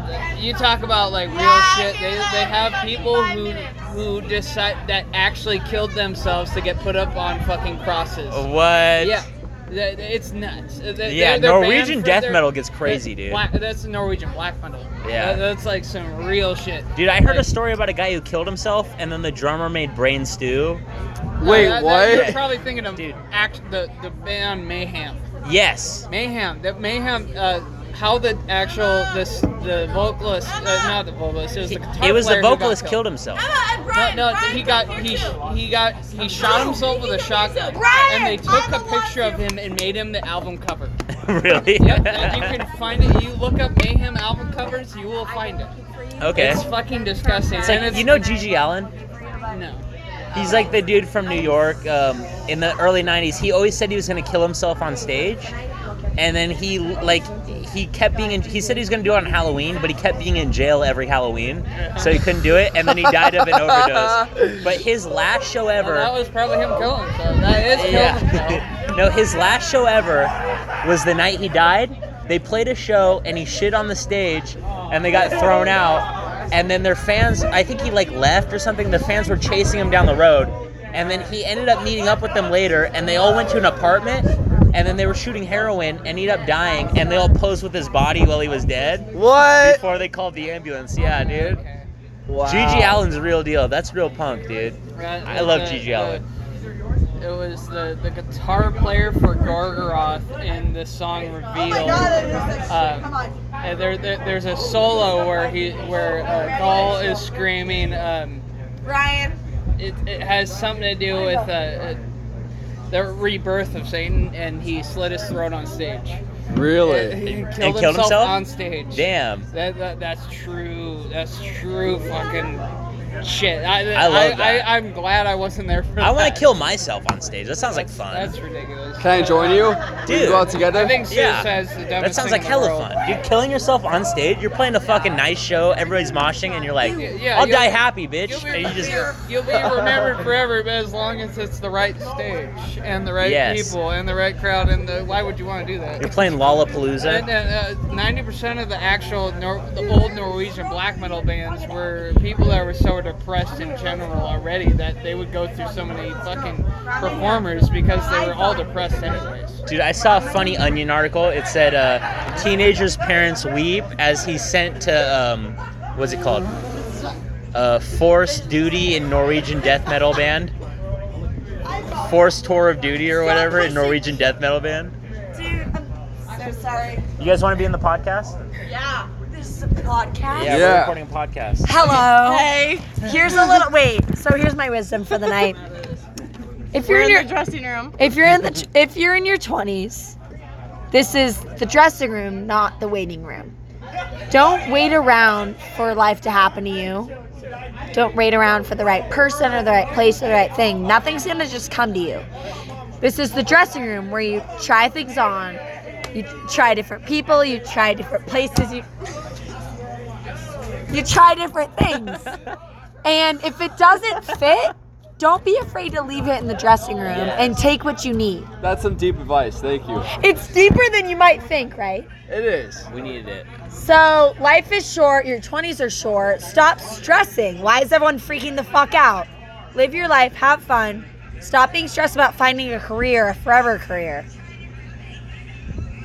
Speaker 5: uh, you talk about, like, real shit. They, they have people who who decide that actually killed themselves to get put up on fucking crosses.
Speaker 1: Oh, What?
Speaker 5: Yeah. Th- th- It's nuts. Th- th-
Speaker 1: Yeah,
Speaker 5: they're- they're banned
Speaker 1: Norwegian
Speaker 5: for
Speaker 1: death
Speaker 5: their-
Speaker 1: metal gets crazy,
Speaker 5: that's
Speaker 1: dude.
Speaker 5: Black, that's Norwegian black metal.
Speaker 1: Yeah.
Speaker 5: That- that's like some real shit.
Speaker 1: Dude, I heard a
Speaker 5: Like-
Speaker 1: story about a guy who killed himself, and then the drummer made brain stew.
Speaker 5: No,
Speaker 3: Wait,
Speaker 5: that- that-
Speaker 3: what?
Speaker 5: you're probably thinking of
Speaker 1: Dude.
Speaker 5: act the the band Mayhem.
Speaker 1: Yes.
Speaker 5: Mayhem. That Mayhem. Uh, how the actual this the vocalist uh, not the vocalist it was the guitar
Speaker 1: It was the
Speaker 5: player who got
Speaker 1: vocalist killed himself.
Speaker 5: No, no, he got he he got he shot himself with a shotgun, and they took a picture of him and made him the album cover.
Speaker 1: really?
Speaker 5: Yep, and you can find it. You look up Mayhem album covers, you will find it.
Speaker 1: okay.
Speaker 5: It's
Speaker 1: It's,
Speaker 5: fucking disgusting. and
Speaker 1: like
Speaker 5: it's,
Speaker 1: you know Gigi Allen.
Speaker 5: no.
Speaker 1: He's like the dude from New York. Um, in the early '90s, he always said he was gonna kill himself on stage, and then he like he kept being in. He said he was gonna do it on Halloween, but he kept being in jail every Halloween, so he couldn't do it, and then he died of an overdose. But his last show ever.
Speaker 5: Well, that was probably him killing himself. That is killing himself.
Speaker 1: Yeah. no, his last show ever was the night he died. They played a show and he shit on the stage and they got thrown out. And then their fans, I think he like left or something. The fans were chasing him down the road. And then he ended up meeting up with them later and they all went to an apartment and then they were shooting heroin and he ended up dying and they all posed with his body while he was dead
Speaker 3: What?
Speaker 1: before they called the ambulance. Yeah, dude.
Speaker 5: Okay.
Speaker 3: Wow.
Speaker 1: Gigi Allen's a real deal. That's real punk, dude.
Speaker 5: Right,
Speaker 1: I
Speaker 5: the-
Speaker 1: love
Speaker 5: the-
Speaker 1: Gigi Allen.
Speaker 5: the- It was the, the guitar player for Gargaroth in the song Reveal. Um, and there, there- there's a solo where he where uh, Gaul is screaming. Um,
Speaker 4: Ryan.
Speaker 5: it, it has something to do with uh, uh, the rebirth of Satan, and he slit his throat on stage.
Speaker 3: Really?
Speaker 5: He killed,
Speaker 1: killed
Speaker 5: himself,
Speaker 1: himself?
Speaker 5: on stage.
Speaker 1: Damn.
Speaker 5: That, that that's true. That's true. Fucking shit. I,
Speaker 1: I love
Speaker 5: I,
Speaker 1: that.
Speaker 5: I, am glad I wasn't there for that.
Speaker 1: I want to kill myself on stage. That sounds like
Speaker 5: That's-
Speaker 1: fun.
Speaker 5: That's ridiculous.
Speaker 3: Can I join you? We
Speaker 1: Dude.
Speaker 3: can go out together.
Speaker 5: I think
Speaker 1: Yeah.
Speaker 5: suicide's the dumbest
Speaker 1: That sounds like
Speaker 5: thing in the
Speaker 1: hella
Speaker 5: world.
Speaker 1: fun. You're killing yourself on stage. You're playing a fucking nice show. Everybody's moshing, and you're like,
Speaker 5: Yeah, yeah,
Speaker 1: "I'll
Speaker 5: you'll-
Speaker 1: die happy, bitch."
Speaker 5: You'll be,
Speaker 1: And you just,
Speaker 5: you'll be remembered forever, but as long as it's the right stage and the right
Speaker 1: Yes.
Speaker 5: people and the right crowd, and the why would you want to do that?
Speaker 1: you're playing Lollapalooza.
Speaker 5: And uh, ninety percent of the actual Nor- the old Norwegian black metal bands were people that were so depressed in general already that they would go through so many fucking performers because they were all depressed anyways.
Speaker 1: Dude, I saw a funny Onion article. It said, uh, "Teenager's parents weep as he sent to um, what's it called? Uh, forced duty in Norwegian death metal band. Forced tour of duty or whatever in Norwegian death metal band.
Speaker 6: Dude, I'm so sorry.
Speaker 1: You guys want to be in the podcast?
Speaker 6: Yeah. This is a podcast.
Speaker 1: Yeah,
Speaker 3: Yeah.
Speaker 1: we're recording a podcast.
Speaker 6: Hello. Hey. Here's a little wait. So here's my wisdom for the night. If you're in your
Speaker 7: dressing room.
Speaker 6: if you're in the if you're in your 20s, this is the dressing room, not the waiting room. Don't wait around for life to happen to you. Don't wait around for the right person or the right place or the right thing. Nothing's going to just come to you. This is the dressing room where you try things on. You try different people, you try different places, you you try different things. And if it doesn't fit, don't be afraid to leave it in the dressing room and take what you need.
Speaker 3: That's some deep advice. Thank you.
Speaker 6: It's deeper than you might think, right?
Speaker 3: It is.
Speaker 1: We needed it.
Speaker 6: So, life is short, your 20s are short. Stop stressing. Why is everyone freaking the fuck out? Live your life, have fun. Stop being stressed about finding a career, a forever career.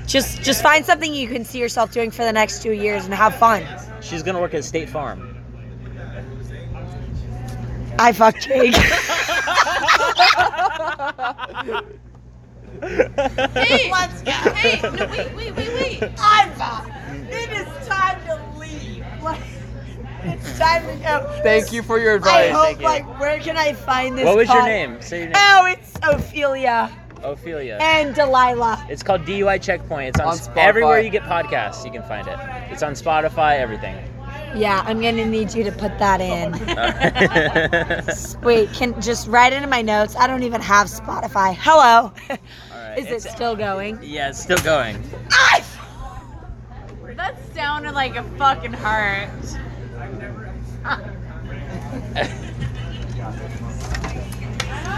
Speaker 6: Just just find something you can see yourself doing for the next 2 years and have fun.
Speaker 1: She's gonna work at State Farm.
Speaker 6: I fucked Jake.
Speaker 7: Hey, let's go. Hey, no, wait, wait, wait, wait.
Speaker 6: Iva, it is time to leave. Like, it's time to go.
Speaker 3: Thank you for your
Speaker 6: I
Speaker 3: advice.
Speaker 6: hope,
Speaker 1: you.
Speaker 6: like, where can I find this?
Speaker 1: what was your
Speaker 6: pod-
Speaker 1: name? Say your name.
Speaker 6: Oh, it's Ophelia
Speaker 1: Ophelia.
Speaker 6: and Delilah.
Speaker 1: It's called DUI Checkpoint. It's on,
Speaker 3: On
Speaker 1: Sp-
Speaker 3: Spotify.
Speaker 1: everywhere you get podcasts. You can find it. It's on Spotify. Everything.
Speaker 6: Yeah, I'm gonna need you to put that in. Wait, can just write it in my notes. I don't even have Spotify. Hello.
Speaker 1: Alright,
Speaker 6: Is it
Speaker 1: it's-
Speaker 6: still going?
Speaker 1: Yeah, it's still going.
Speaker 6: I
Speaker 7: That sounded like a fucking heart.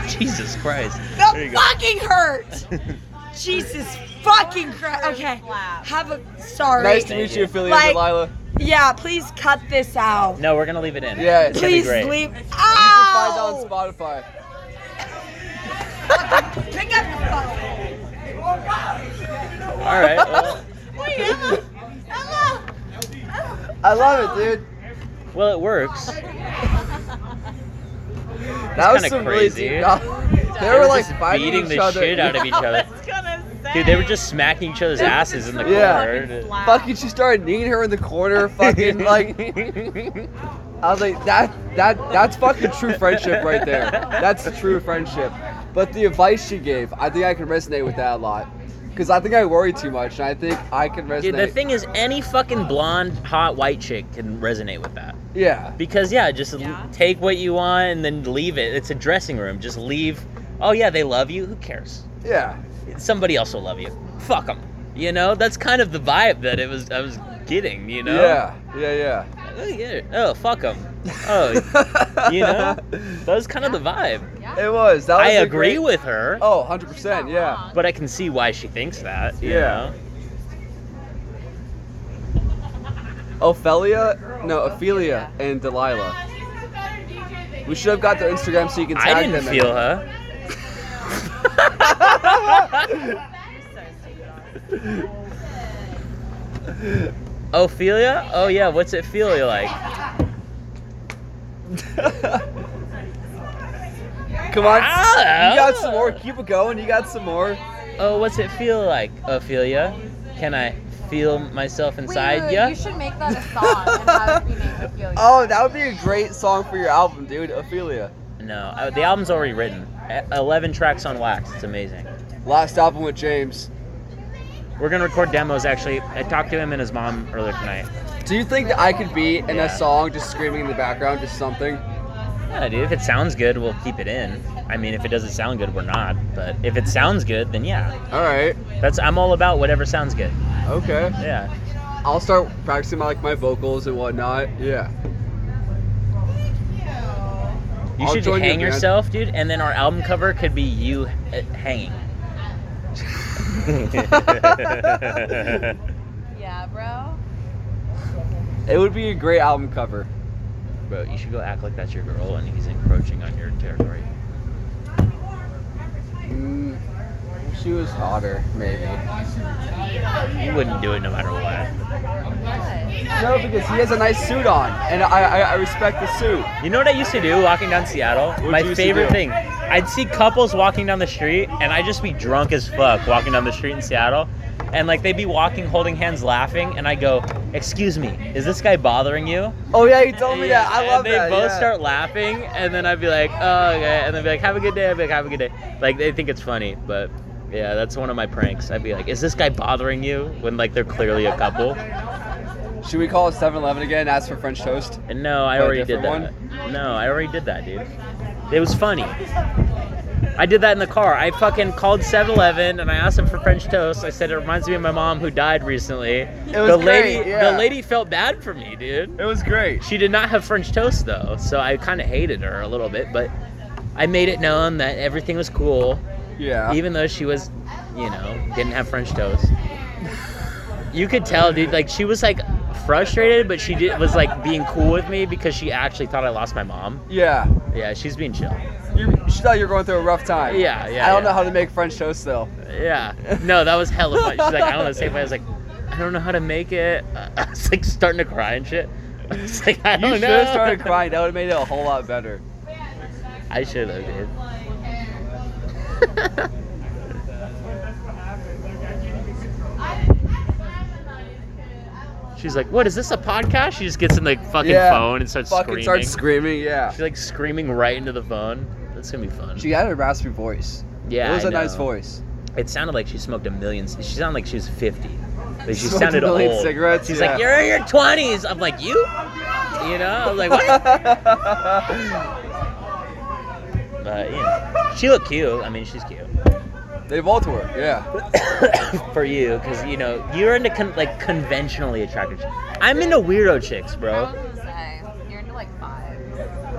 Speaker 1: Jesus Christ. There you
Speaker 6: the
Speaker 1: go.
Speaker 6: fucking hurt. Jesus fucking Christ. Okay. Have a sorry.
Speaker 3: Nice to meet you, Philly and
Speaker 6: Like-
Speaker 3: Delilah.
Speaker 6: Yeah, please cut this out.
Speaker 1: No, we're gonna leave it in.
Speaker 3: Yeah.
Speaker 1: it's
Speaker 6: Please
Speaker 1: gonna be great.
Speaker 6: leave.
Speaker 3: You can
Speaker 6: Ow!
Speaker 3: find it on Spotify.
Speaker 6: Pick up the phone.
Speaker 1: All right. Well,
Speaker 3: I love it, dude.
Speaker 1: well, it works.
Speaker 3: That was
Speaker 1: kinda
Speaker 3: some
Speaker 1: crazy.
Speaker 3: really deep. knowledge. They
Speaker 1: They were
Speaker 3: were like
Speaker 1: just
Speaker 3: fighting
Speaker 1: beating
Speaker 3: each
Speaker 1: the
Speaker 3: other.
Speaker 1: shit out of each other.
Speaker 7: That's gonna
Speaker 1: Dude, they were just smacking each other's asses in the
Speaker 3: Yeah.
Speaker 1: corner.
Speaker 3: Fucking, she started kneeing her in the corner. Fucking like, I was like, that that that's fucking true friendship right there. That's true friendship. But the advice she gave, I think I can resonate with that a lot, because I think I worry too much, and I think I can resonate.
Speaker 1: Dude, the thing is, any fucking blonde, hot white chick can resonate with that.
Speaker 3: yeah.
Speaker 1: Because yeah, just l-
Speaker 7: Yeah.
Speaker 1: take what you want and then leave it. It's a dressing room. Just leave. Oh yeah, they love you. Who cares?
Speaker 3: Yeah.
Speaker 1: Somebody else will love you. Fuck them. You know, that's kind of the vibe that it was. I was getting. You know.
Speaker 3: Yeah. Yeah.
Speaker 1: Oh yeah. Oh fuck them. Oh,
Speaker 3: Yeah.
Speaker 1: you know, that was kind of the vibe.
Speaker 3: It was. That was
Speaker 1: I
Speaker 3: a
Speaker 1: agree
Speaker 3: great-
Speaker 1: with her,
Speaker 3: Oh, 100%. Yeah.
Speaker 1: but I can see why she thinks that. you
Speaker 3: Yeah.
Speaker 1: know?
Speaker 3: Ophelia, no, Ophelia and Delilah. We should have got their Instagram so you can tag
Speaker 1: I didn't
Speaker 3: them.
Speaker 1: feel her. Ophelia? Oh yeah, what's it feel you like?
Speaker 3: Come on.
Speaker 1: Ah!
Speaker 3: You got some more. Keep it going. You got some more.
Speaker 1: Oh, what's it feel like, Ophelia? Can I feel myself inside
Speaker 7: Wait,
Speaker 1: ya?
Speaker 7: You should make that a song and have it be named Ophelia.
Speaker 3: Oh, that would be a great song for your album, dude. Ophelia.
Speaker 1: No, uh, the album's already written. E- Eleven tracks on wax. It's amazing.
Speaker 3: Last album with James.
Speaker 1: We're gonna record demos. Actually, I talked to him and his mom earlier tonight.
Speaker 3: Do you think that I could be in
Speaker 1: Yeah.
Speaker 3: a song just screaming in the background, just something?
Speaker 1: Yeah, dude. If it sounds good, we'll keep it in. I mean, if it doesn't sound good, we're not. But if it sounds good, then yeah.
Speaker 3: All right.
Speaker 1: That's I'm all about whatever sounds good.
Speaker 3: Okay.
Speaker 1: Yeah.
Speaker 3: I'll start practicing my like my vocals and whatnot. Yeah.
Speaker 1: You
Speaker 3: I'll
Speaker 1: should
Speaker 3: join you,
Speaker 1: hang
Speaker 3: man.
Speaker 1: yourself, dude, and then our album cover could be you uh, hanging.
Speaker 7: Yeah,
Speaker 6: Oh.
Speaker 7: bro.
Speaker 3: It would be a great album cover.
Speaker 1: Bro, you should go act like that's your girl and he's encroaching on your territory.
Speaker 3: Mm, she was hotter, maybe.
Speaker 1: You wouldn't do it no matter what.
Speaker 3: No, because he has a nice suit on, and I I, I respect the suit.
Speaker 1: You know what I used to do walking down Seattle? My
Speaker 3: you used to
Speaker 1: favorite
Speaker 3: do?
Speaker 1: thing. I'd see couples walking down the street and I'd just be drunk as fuck walking down the street in Seattle. And like they'd be walking, holding hands, laughing, and I go, Excuse me, is this guy bothering you?
Speaker 3: Oh yeah, you told me
Speaker 1: Yeah,
Speaker 3: that. I
Speaker 1: and
Speaker 3: love
Speaker 1: they
Speaker 3: that.
Speaker 1: both
Speaker 3: yeah.
Speaker 1: start laughing, and then I'd be like, oh, okay. And they'd be like, have a good day. I'd be like, have a good day. Like, they think it's funny, but yeah, that's one of my pranks. I'd be like, is this guy bothering you? When, like, they're clearly a couple.
Speaker 3: Should we call 7-Eleven again? and Ask for French toast.
Speaker 1: And no, I
Speaker 3: Oh, a
Speaker 1: already did that.
Speaker 3: different
Speaker 1: No, I already did that, dude. It was funny. I did that in the car. I fucking called 7 Eleven and I asked them for French toast. I said, it reminds me of my mom who died recently.
Speaker 3: was
Speaker 1: the
Speaker 3: great,
Speaker 1: lady,
Speaker 3: yeah.
Speaker 1: The lady felt bad for me, dude.
Speaker 3: It was great.
Speaker 1: She did not have French toast though, so I kind of hated her a little bit, but I made it known that everything was cool,
Speaker 3: Yeah.
Speaker 1: even though she was, you know, didn't have French toast. You could tell, dude, like she was like frustrated, but she did, was like being cool with me because she actually thought I lost my mom.
Speaker 3: yeah.
Speaker 1: Yeah, she's being chill.
Speaker 3: You, she thought you were going through a rough time.
Speaker 1: Yeah, yeah,
Speaker 3: I don't
Speaker 1: yeah.
Speaker 3: know how to make French toast though.
Speaker 1: Yeah. No, that was hella fun. She's like, I don't know the same way. I was like, I don't know how to make it. I was like starting to cry and shit. I was like, I
Speaker 3: You
Speaker 1: don't
Speaker 3: should
Speaker 1: know.
Speaker 3: have started crying. That would have made it a whole lot better.
Speaker 1: I should have, dude. She's like, "What is this a podcast?" She just gets in the fucking
Speaker 3: Yeah.
Speaker 1: phone and starts
Speaker 3: Fucking
Speaker 1: screaming.
Speaker 3: start screaming. Yeah.
Speaker 1: She's like screaming right into the phone. That's gonna be fun.
Speaker 3: She had a raspy voice.
Speaker 1: yeah,
Speaker 3: It was
Speaker 1: a
Speaker 3: a nice voice.
Speaker 1: It sounded like she smoked a million. c- She sounded like she was fifty. Like she
Speaker 3: Smoked a
Speaker 1: sounded
Speaker 3: million
Speaker 1: old.
Speaker 3: cigarettes,
Speaker 1: She's
Speaker 3: yeah.
Speaker 1: like, "You're in your 20s. I'm like, "You?" You know? I was like, "What?" but yeah, she looked cute. I mean, she's cute.
Speaker 3: they both were. Yeah.
Speaker 1: for you because you know you're into con- like conventionally attractive. Chicks. I'm into weirdo chicks,
Speaker 7: I
Speaker 1: bro.
Speaker 7: was gonna say, you're into like five.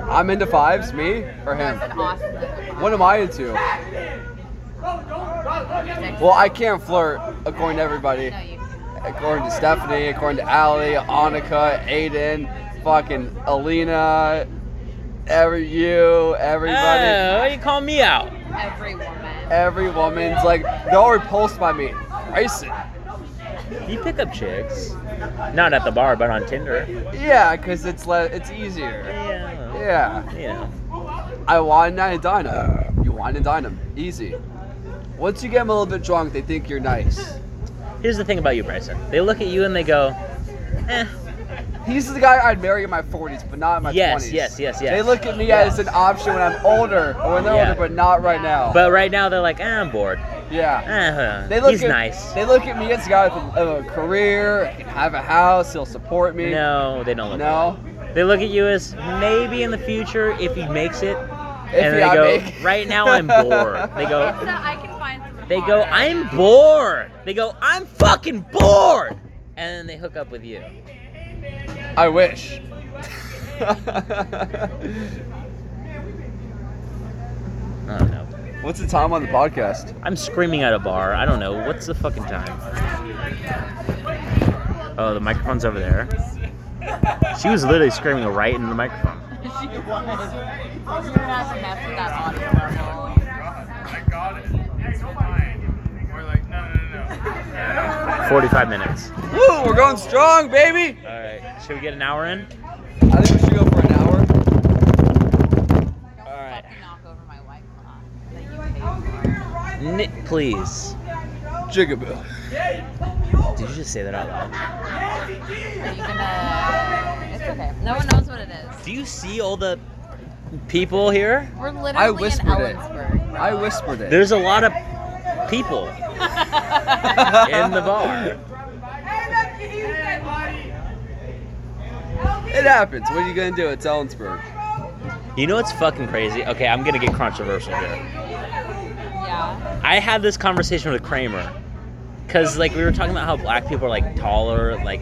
Speaker 3: I'm into fives. Me or him?
Speaker 7: That's an awesome number.
Speaker 3: What am I into? Well, I can't flirt according to everybody.
Speaker 7: No, you
Speaker 3: According to Stephanie, according to Allie, Annika, Aiden, fucking Alina, every you, everybody,
Speaker 1: Oh, why you call me out?
Speaker 7: every woman.
Speaker 3: every woman's like they're all repulsed by me. Racist.
Speaker 1: You pick up chicks, not at the bar, but on Tinder.
Speaker 3: Yeah, cause it's le- it's easier.
Speaker 1: Yeah.
Speaker 3: Yeah.
Speaker 1: You know,
Speaker 3: I wine and I dine 'em. You wine and dine 'em. Easy. Once you get them a little bit drunk, they think you're nice.
Speaker 1: Here's the thing about you, Bryson. They look at you and they go, eh.
Speaker 3: He's the guy I'd marry in my 40s, but not in my
Speaker 1: Yes,
Speaker 3: 20s.
Speaker 1: yes, yes, yes.
Speaker 3: They look at me as an option when I'm older, or when they're
Speaker 1: Yeah.
Speaker 3: older, but not right now.
Speaker 1: But right now they're like, eh, I'm bored.
Speaker 3: yeah.
Speaker 1: Eh,
Speaker 3: They look
Speaker 1: he's
Speaker 3: at,
Speaker 1: nice.
Speaker 3: They look at me as a guy with a, a career, can have a house, he'll support me.
Speaker 1: No, they don't look.
Speaker 3: No.
Speaker 1: They look at you as maybe in the future if he makes it.
Speaker 3: If
Speaker 1: and
Speaker 3: I
Speaker 1: they go,
Speaker 3: make-
Speaker 1: right now I'm bored. They
Speaker 7: So
Speaker 1: go,
Speaker 7: I can find some.
Speaker 1: they go,
Speaker 7: hotter.
Speaker 1: I'm bored. They go, I'm fucking bored. And then they hook up with you.
Speaker 3: I wish.
Speaker 1: I don't know.
Speaker 3: What's the time on the podcast?
Speaker 1: I'm screaming at a bar. I don't know. What's the fucking time? Oh, the microphone's over there. She was literally screaming right into the microphone.
Speaker 7: You're not gonna mess with that audio level.
Speaker 8: I got it. It's fine. We're like, no, no, no.
Speaker 1: 45 minutes. All
Speaker 3: Woo, we're going strong, baby.
Speaker 1: right. Should we get an hour in?
Speaker 3: I think we should go for an hour.
Speaker 7: Don't
Speaker 1: All right.
Speaker 7: fucking knock over my white claw that you
Speaker 1: Nick, please.
Speaker 3: Jigaboo.
Speaker 1: Did you just say that out loud?
Speaker 7: paid for. Are you gonna? It's okay. No one knows what it is.
Speaker 1: Do you see all the people here?
Speaker 7: We're literally
Speaker 3: I
Speaker 7: in
Speaker 3: whispered it.
Speaker 7: Ellensburg.
Speaker 3: I whispered it.
Speaker 1: There's a lot of people in the bar.
Speaker 3: It happens. What are you gonna do? It's Ellensburg.
Speaker 1: You know what's fucking crazy? Okay, I'm gonna get controversial here.
Speaker 7: yeah.
Speaker 1: I had this conversation with Kramer, cause like we were talking about how black people are like taller. Like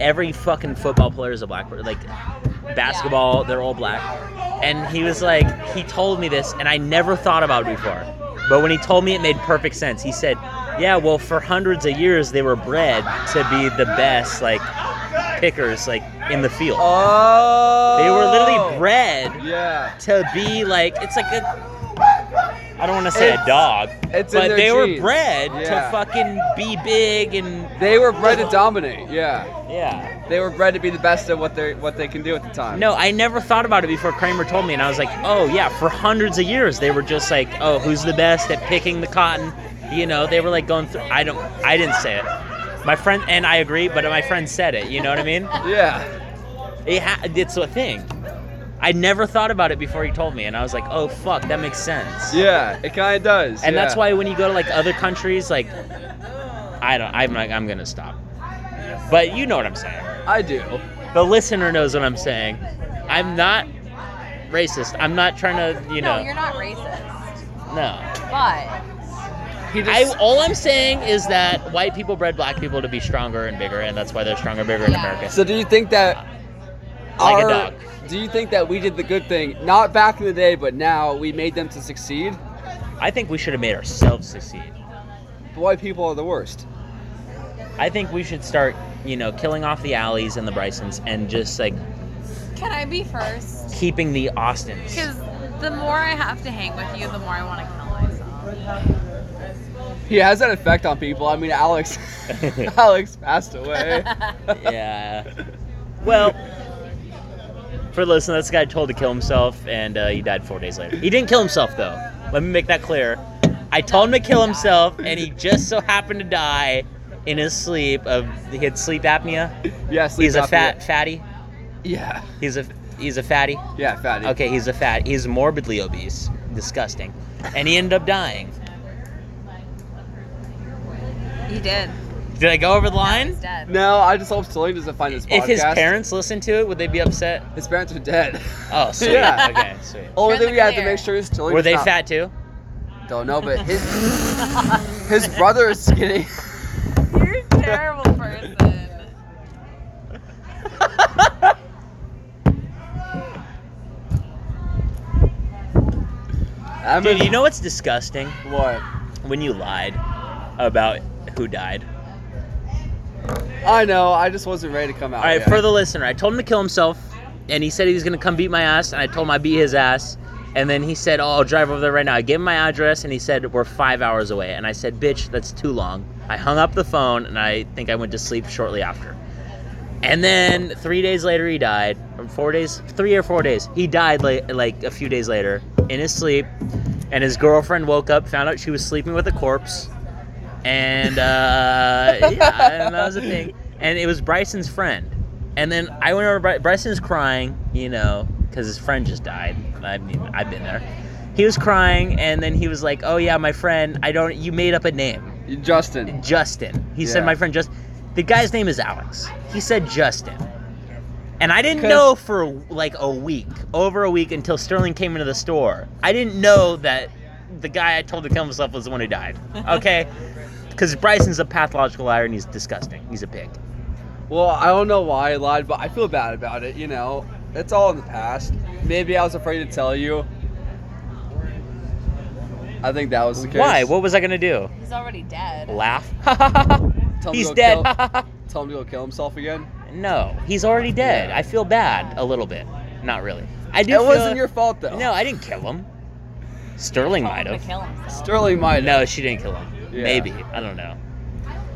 Speaker 1: every fucking football player is a black person. Like basketball, they're all black. And he was like, he told me this, and I never thought about it before. But when he told me, it made perfect sense. He said, "Yeah, well, for hundreds of years, they were bred to be the best, like pickers, like in the field.
Speaker 3: Oh.
Speaker 1: They were literally bred
Speaker 3: Yeah.
Speaker 1: to be like it's like a I don't want to say
Speaker 3: It's-
Speaker 1: a dog,
Speaker 3: it's in
Speaker 1: but
Speaker 3: their
Speaker 1: they were
Speaker 3: genes.
Speaker 1: bred
Speaker 3: Yeah.
Speaker 1: to fucking be big and
Speaker 3: They were bred to dominate. Yeah.
Speaker 1: yeah.
Speaker 3: They were bred to be the best at what they what they can do at the time.
Speaker 1: No, I never thought about it before Kramer told me, and I was like, oh yeah, for hundreds of years they were just like, oh, who's the best at picking the cotton? You know, they were like going through. I don't, I didn't say it. My friend and I agree, but my friend said it. You know what I mean?
Speaker 3: Yeah.
Speaker 1: It ha- it's a thing. I never thought about it before he told me, and I was like, oh fuck, that makes sense.
Speaker 3: Yeah. It kind of does.
Speaker 1: and that's
Speaker 3: yeah.
Speaker 1: why when you go to like other countries like i don't i'm like i'm gonna stop but you know what i'm saying
Speaker 3: I do.
Speaker 1: the listener knows what i'm saying i'm not racist i'm not trying to you
Speaker 7: No,
Speaker 1: know
Speaker 7: you're not racist.
Speaker 1: no
Speaker 7: But
Speaker 3: He
Speaker 1: I, all i'm saying is that white people bred black people to be stronger and bigger and that's why they're stronger bigger in
Speaker 7: Yeah.
Speaker 1: america
Speaker 3: So do you think that
Speaker 1: Like a
Speaker 3: our-
Speaker 1: dog.
Speaker 3: Do you think that we did the good thing, not back in the day, but now we made them to succeed?
Speaker 1: i think we should have made ourselves succeed
Speaker 3: The white people are the worst.
Speaker 1: i think we should start you know killing off the alleys and the brysons and just like
Speaker 7: can I be first?
Speaker 1: keeping the austins
Speaker 7: Because the more I have to hang with you, the more I want to kill myself.
Speaker 3: He has that effect on people. I mean, Alex, Alex passed away.
Speaker 1: yeah. Well, for listen, this guy told to kill himself, and uh, he died four days later. He didn't kill himself, though. Let me make that clear. I told him to kill himself, and he just so happened to die in his sleep. Of he had sleep apnea.
Speaker 3: Yeah, sleep
Speaker 1: he's a
Speaker 3: apnea.
Speaker 1: fat fatty.
Speaker 3: Yeah,
Speaker 1: He's a he's a fatty.
Speaker 3: yeah, fatty.
Speaker 1: Okay, he's a fat. He's morbidly obese. Disgusting. And he ended up dying.
Speaker 7: He did.
Speaker 1: Did I go over the
Speaker 7: Now
Speaker 1: line?
Speaker 7: He's dead.
Speaker 3: No, I just hope Celine doesn't find this podcast.
Speaker 1: If his parents listened to it, would they be upset?
Speaker 3: his parents are dead.
Speaker 1: Oh, sweet.
Speaker 3: Yeah.
Speaker 1: Okay, sweet.
Speaker 7: You're
Speaker 3: Only
Speaker 7: in
Speaker 3: thing
Speaker 7: the
Speaker 3: we have to
Speaker 7: clear.
Speaker 3: make sure is Celine.
Speaker 1: Were they
Speaker 3: not,
Speaker 1: fat too?
Speaker 3: Don't know, but his his brother is skinny.
Speaker 7: You're a terrible person.
Speaker 3: I
Speaker 1: Dude,
Speaker 3: mean,
Speaker 1: you know what's disgusting?
Speaker 3: what?
Speaker 1: When you lied about who died.
Speaker 3: I know. I just wasn't ready to come out.
Speaker 1: All right,
Speaker 3: yet.
Speaker 1: for the listener, I told him to kill himself, and he said he was gonna come beat my ass, and I told him I beat his ass, and then he said, "Oh, I'll drive over there right now." I gave him my address, and he said we're five hours away, and I said, "Bitch, that's too long." I hung up the phone, and I think I went to sleep shortly after. And then three days later, he died. Or four days, three or four days, he died like like a few days later in his sleep. and his girlfriend woke up, found out she was sleeping with a corpse, and uh, yeah, and that was a thing. And it was Bryson's friend. And then I went over. Bry- Bryson's crying, you know, because his friend just died. I've even- I've been there. He was crying, and then he was like, "Oh yeah, my friend. I don't. You made up a name."
Speaker 3: Justin.
Speaker 1: Justin. He said,
Speaker 3: Yeah.
Speaker 1: "My friend Justin." The guy's name is Alex. He said Justin, and I didn't know for like a week, over a week, until Sterling came into the store. I didn't know that the guy I told to kill himself was the one who died. Okay, because Bryson's a pathological liar and he's disgusting. He's a pig.
Speaker 3: Well, I don't know why I lied, but I feel bad about it. You know, it's all in the past. Maybe I was afraid to tell you. I think that was the case.
Speaker 1: Why? What was I gonna do?
Speaker 7: He's already dead.
Speaker 1: Laugh?
Speaker 3: Tell him
Speaker 1: he's
Speaker 3: to go
Speaker 1: dead.
Speaker 3: Kill, tell him to go kill himself again.
Speaker 1: no, he's already dead.
Speaker 3: Yeah.
Speaker 1: I feel bad a little bit. Not really. I do.
Speaker 3: It
Speaker 1: feel-
Speaker 3: wasn't your fault though.
Speaker 1: No, I didn't kill him. Sterling might
Speaker 7: Told him to
Speaker 1: have.
Speaker 7: kill himself.
Speaker 3: Sterling might.
Speaker 1: Oh, No, she didn't kill him.
Speaker 3: Yeah.
Speaker 1: Maybe. I don't know.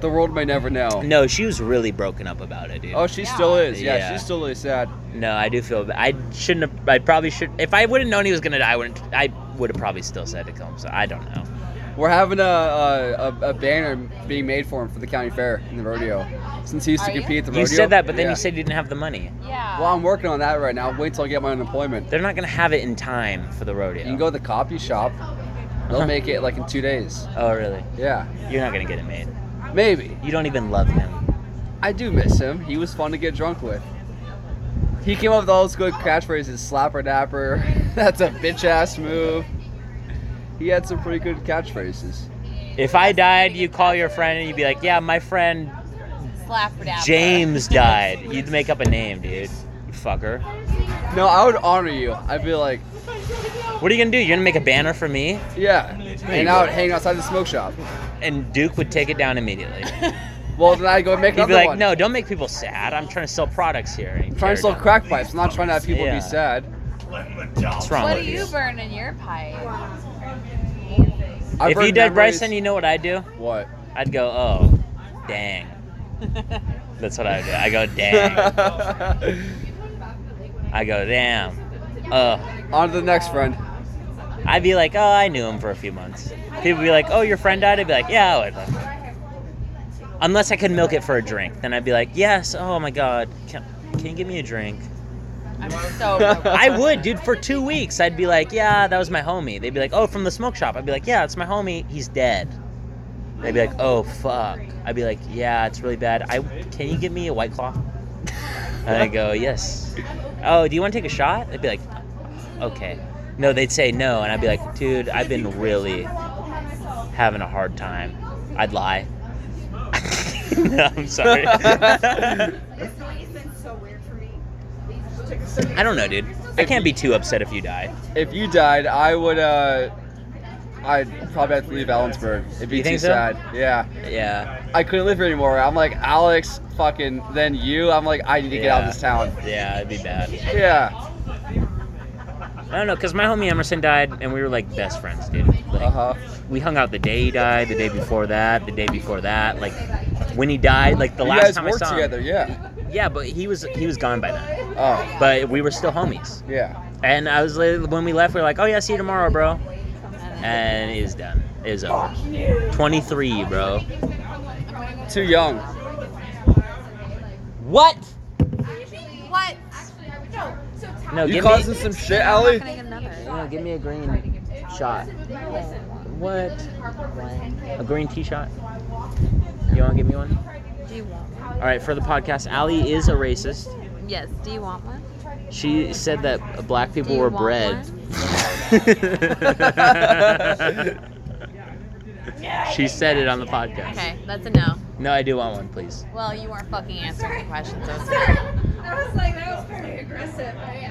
Speaker 3: The world may never know.
Speaker 1: No, she was really broken up about it, dude.
Speaker 3: Oh, she
Speaker 7: Yeah.
Speaker 3: still is. Yeah,
Speaker 1: Yeah.
Speaker 3: she still is sad.
Speaker 1: no, I do feel bad. I shouldn't have. I probably should. If I would have known he was gonna die, I wouldn't. I would have probably still said to kill himself. I don't know.
Speaker 3: We're having a, a, a, a banner being made for him for the county fair in the rodeo. Since he used to
Speaker 7: Are you?
Speaker 3: compete at the
Speaker 1: You
Speaker 3: rodeo.
Speaker 1: said that, but then
Speaker 3: Yeah.
Speaker 1: you said you didn't have the money.
Speaker 7: Yeah.
Speaker 3: Well, I'm working on that right now. Wait till I get my unemployment.
Speaker 1: They're not gonna have it in time for the rodeo.
Speaker 3: You can go to the copy shop.
Speaker 1: Uh-huh.
Speaker 3: They'll make it like in two days.
Speaker 1: Oh, really?
Speaker 3: Yeah,
Speaker 1: You're not gonna get it made.
Speaker 3: maybe.
Speaker 1: You don't even love him.
Speaker 3: I do miss him. He was fun to get drunk with. He came up with all those good catchphrases: "Slapper dapper," "That's a bitch ass move." He had some pretty good catchphrases.
Speaker 1: If I died, you call your friend and you'd be like, "Yeah, my friend
Speaker 7: Slap dapper.
Speaker 1: James died." You'd make up a name, dude. You fucker.
Speaker 3: No, I would honor you. I'd be like,
Speaker 1: What are you gonna do? You're gonna make a banner for me,
Speaker 3: yeah, and I would hang outside the smoke shop.
Speaker 1: and Duke would take it down immediately.
Speaker 3: Well, then I'd go make
Speaker 1: He'd
Speaker 3: another
Speaker 1: be like,
Speaker 3: one.
Speaker 1: "No, don't make people sad. I'm trying to sell products here." And he'd
Speaker 3: I'm trying to
Speaker 1: tear
Speaker 3: sell
Speaker 1: it down.
Speaker 3: crack pipes. I'm not trying to have people
Speaker 1: Yeah.
Speaker 3: be sad.
Speaker 1: What's wrong
Speaker 7: What do
Speaker 1: with
Speaker 7: you
Speaker 1: you?
Speaker 7: burn in your pipe?
Speaker 3: I
Speaker 1: if
Speaker 3: burn
Speaker 1: you did
Speaker 3: memories-
Speaker 1: Bryson, you know what I'd do?
Speaker 3: what?
Speaker 1: I'd go, "Oh, dang." That's what I would do. I go, "Dang." I go, "Damn." Ugh.
Speaker 3: On to the next friend.
Speaker 1: I'd be like, oh, I knew him for a few months. People would be like, oh, your friend died. I'd be like, yeah, I would. Unless I could milk it for a drink, then I'd be like, yes. Oh my God, can, can you give me a drink?
Speaker 7: I'm so.
Speaker 1: I would, dude. For two weeks, I'd be like, yeah, that was my homie. They'd be like, oh, from the smoke shop. I'd be like, yeah, it's my homie. He's dead. They'd be like, oh fuck. I'd be like, yeah, it's really bad. I can you give me a white claw? And I go, yes. Oh, do you want to take a shot? They'd be like, okay. No, they'd say no, and I'd be like, dude, I've been really having a hard time. I'd lie. no, I'm sorry. I
Speaker 4: This lady's been so weird for me.
Speaker 1: don't know, dude. I can't be too upset if you die.
Speaker 3: If you died, I would. uh I'd probably have to leave Ellensburg. It'd be
Speaker 1: You
Speaker 3: too
Speaker 1: think so?
Speaker 3: sad. Yeah,
Speaker 1: Yeah,
Speaker 3: I couldn't live here anymore. I'm like Alex, fucking. Then you. I'm like, I need to get out of this town.
Speaker 1: yeah, it'd be bad.
Speaker 3: Yeah.
Speaker 1: I don't know, cause my homie Emerson died, and we were like best friends, dude. Like,
Speaker 3: Uh huh.
Speaker 1: we hung out the day he died, the day before that, the day before that. Like when he died, like the
Speaker 3: You
Speaker 1: last
Speaker 3: guys
Speaker 1: time I
Speaker 3: worked
Speaker 1: saw
Speaker 3: together. Yeah.
Speaker 1: him. Yeah, but he was he was gone by then.
Speaker 3: Oh.
Speaker 1: But we were still homies.
Speaker 3: Yeah.
Speaker 1: And I was like- when we left, we were like, oh yeah, see you tomorrow, bro. And it is done. It is over. 23, bro.
Speaker 3: Too young.
Speaker 1: What?
Speaker 2: What?
Speaker 1: No,
Speaker 3: you
Speaker 1: give
Speaker 3: causing
Speaker 1: me
Speaker 3: some shit, Allie?
Speaker 2: Can I get another?
Speaker 1: no, give me a green shot. What? A green tea shot. You want to give me one?
Speaker 7: Do you want one?
Speaker 1: All right, for the podcast, Allie is a racist.
Speaker 7: Yes. Do you want one?
Speaker 1: She said that black
Speaker 7: Do
Speaker 1: people
Speaker 7: you
Speaker 1: were
Speaker 7: want
Speaker 1: bred. she said it on the podcast.
Speaker 7: Okay, that's a no.
Speaker 1: No, I do want one, please.
Speaker 7: Well, you weren't fucking answering the question, so it's
Speaker 4: Sorry. That was like, that was very aggressive. Hey,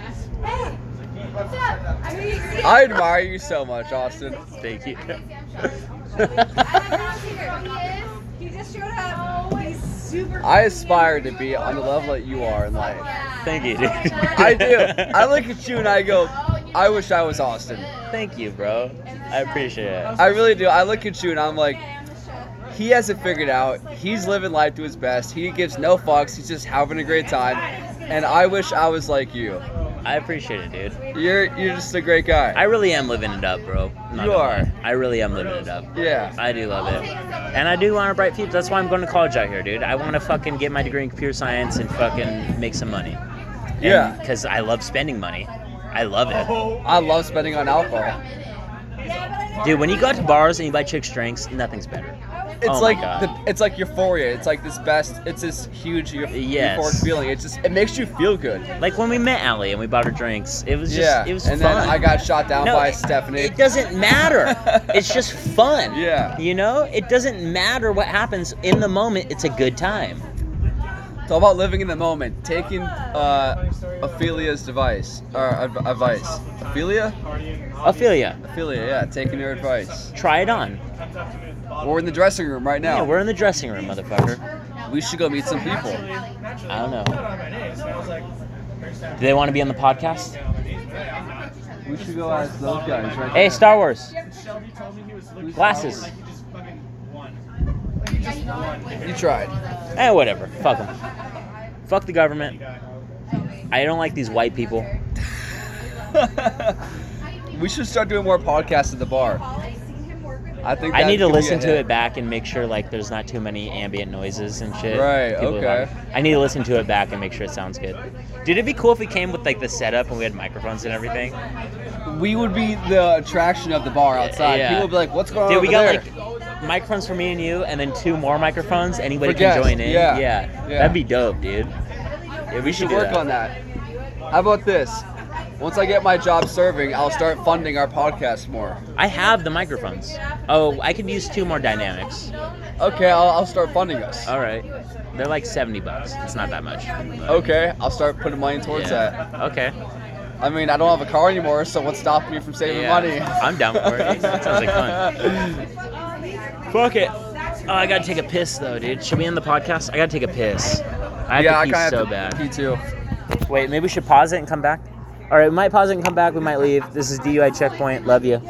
Speaker 4: what's up? I mean, you-
Speaker 3: I admire you so much, Austin.
Speaker 1: Thank you.
Speaker 4: I don't know if he is. He just showed up. He's super.
Speaker 3: I aspire to be on the level that you are in life.
Speaker 1: Thank you, dude.
Speaker 3: I do. I look at you and I go, I wish I was Austin.
Speaker 1: Thank you, bro. I appreciate it.
Speaker 3: I really do. I look at you and I'm like, he has it figured out. He's living life to his best. He gives no fucks. He's just having a great time. And I wish I was like you.
Speaker 1: I appreciate it, dude.
Speaker 3: You're you're just a great guy.
Speaker 1: I really am living it up, bro. I'm not
Speaker 3: You
Speaker 1: gonna
Speaker 3: are.
Speaker 1: lie. I really am living it up.
Speaker 3: yeah.
Speaker 1: I do love it. And I do want a bright future. That's why I'm going to college out here, dude. I want to fucking get my degree in computer science and fucking make some money.
Speaker 3: Yeah.
Speaker 1: Because I love spending money. I love it.
Speaker 3: I love spending on alcohol.
Speaker 1: Dude, when you go out to bars and you buy chicks drinks, nothing's better.
Speaker 3: It's
Speaker 1: Oh my
Speaker 3: like
Speaker 1: God.
Speaker 3: the, it's like euphoria. It's like this best. It's this huge eu-
Speaker 1: Yes.
Speaker 3: euphoric feeling. It's just it makes you feel good.
Speaker 1: Like when we met Allie and we bought her drinks, it was just,
Speaker 3: yeah.
Speaker 1: it was
Speaker 3: and
Speaker 1: fun.
Speaker 3: then I got shot down by
Speaker 1: it-
Speaker 3: Stephanie.
Speaker 1: It doesn't matter. it's just fun.
Speaker 3: Yeah.
Speaker 1: You know, it doesn't matter what happens in the moment. It's a good time.
Speaker 3: It's all about living in the moment. Taking uh, Ophelia's device or adv- advice. Ophelia?
Speaker 1: Ophelia,
Speaker 3: Ophelia, yeah. Taking her advice.
Speaker 1: try it on.
Speaker 3: We're in the dressing room right
Speaker 1: Yeah,
Speaker 3: now.
Speaker 1: we're in the dressing room, motherfucker.
Speaker 3: we should go meet some people.
Speaker 1: I don't know. Do they want to be on the podcast?
Speaker 3: We should go ask those guys right
Speaker 1: Hey,
Speaker 3: now.
Speaker 1: Star Wars.
Speaker 3: Who's
Speaker 1: Glasses.
Speaker 3: You tried.
Speaker 1: Eh, whatever. Fuck them. Fuck the government. I don't like these white people.
Speaker 3: we should start doing more podcasts at the bar. I think
Speaker 1: I
Speaker 3: that
Speaker 1: need to
Speaker 3: could be a
Speaker 1: listen to
Speaker 3: hit.
Speaker 1: it back and make sure like there's not too many ambient noises and shit.
Speaker 3: Right,
Speaker 1: People
Speaker 3: okay.
Speaker 1: are- I need to listen to it back and make sure it sounds good. Dude, it'd be cool if we came with like the setup and we had microphones and everything.
Speaker 3: We would be the attraction of the bar outside.
Speaker 1: Yeah.
Speaker 3: People would be like, "What's going on
Speaker 1: Dude, we
Speaker 3: over
Speaker 1: got
Speaker 3: there?"
Speaker 1: like microphones for me and you, and then two more microphones. Anybody
Speaker 3: For
Speaker 1: can
Speaker 3: guests,
Speaker 1: join in.
Speaker 3: yeah,
Speaker 1: yeah,
Speaker 3: yeah.
Speaker 1: that'd be dope, dude. Yeah, we
Speaker 3: we should
Speaker 1: do
Speaker 3: work on that. How about this? Once I get my job serving, I'll start funding our podcast more.
Speaker 1: I have the microphones. Oh, I could use two more dynamics.
Speaker 3: Okay, I'll, I'll start funding us.
Speaker 1: All right, they're like seventy bucks. It's not that much. but-
Speaker 3: Okay, I'll start putting money towards
Speaker 1: Yeah. Okay.
Speaker 3: that. I mean, I don't have a car anymore, so what's stopping me from saving
Speaker 1: Yeah,
Speaker 3: money?
Speaker 1: I'm down for it. That sounds like fun. Fuck it. Oh, I gotta take a piss though, dude. Should we end the podcast? I gotta take a piss. I have
Speaker 3: yeah,
Speaker 1: to
Speaker 3: I
Speaker 1: pee
Speaker 3: kind
Speaker 1: so
Speaker 3: of
Speaker 1: bad.
Speaker 3: Me too.
Speaker 1: Wait, maybe we should pause it and come back. All right, we might pause it and come back. We might leave. This is DUI checkpoint. Love you.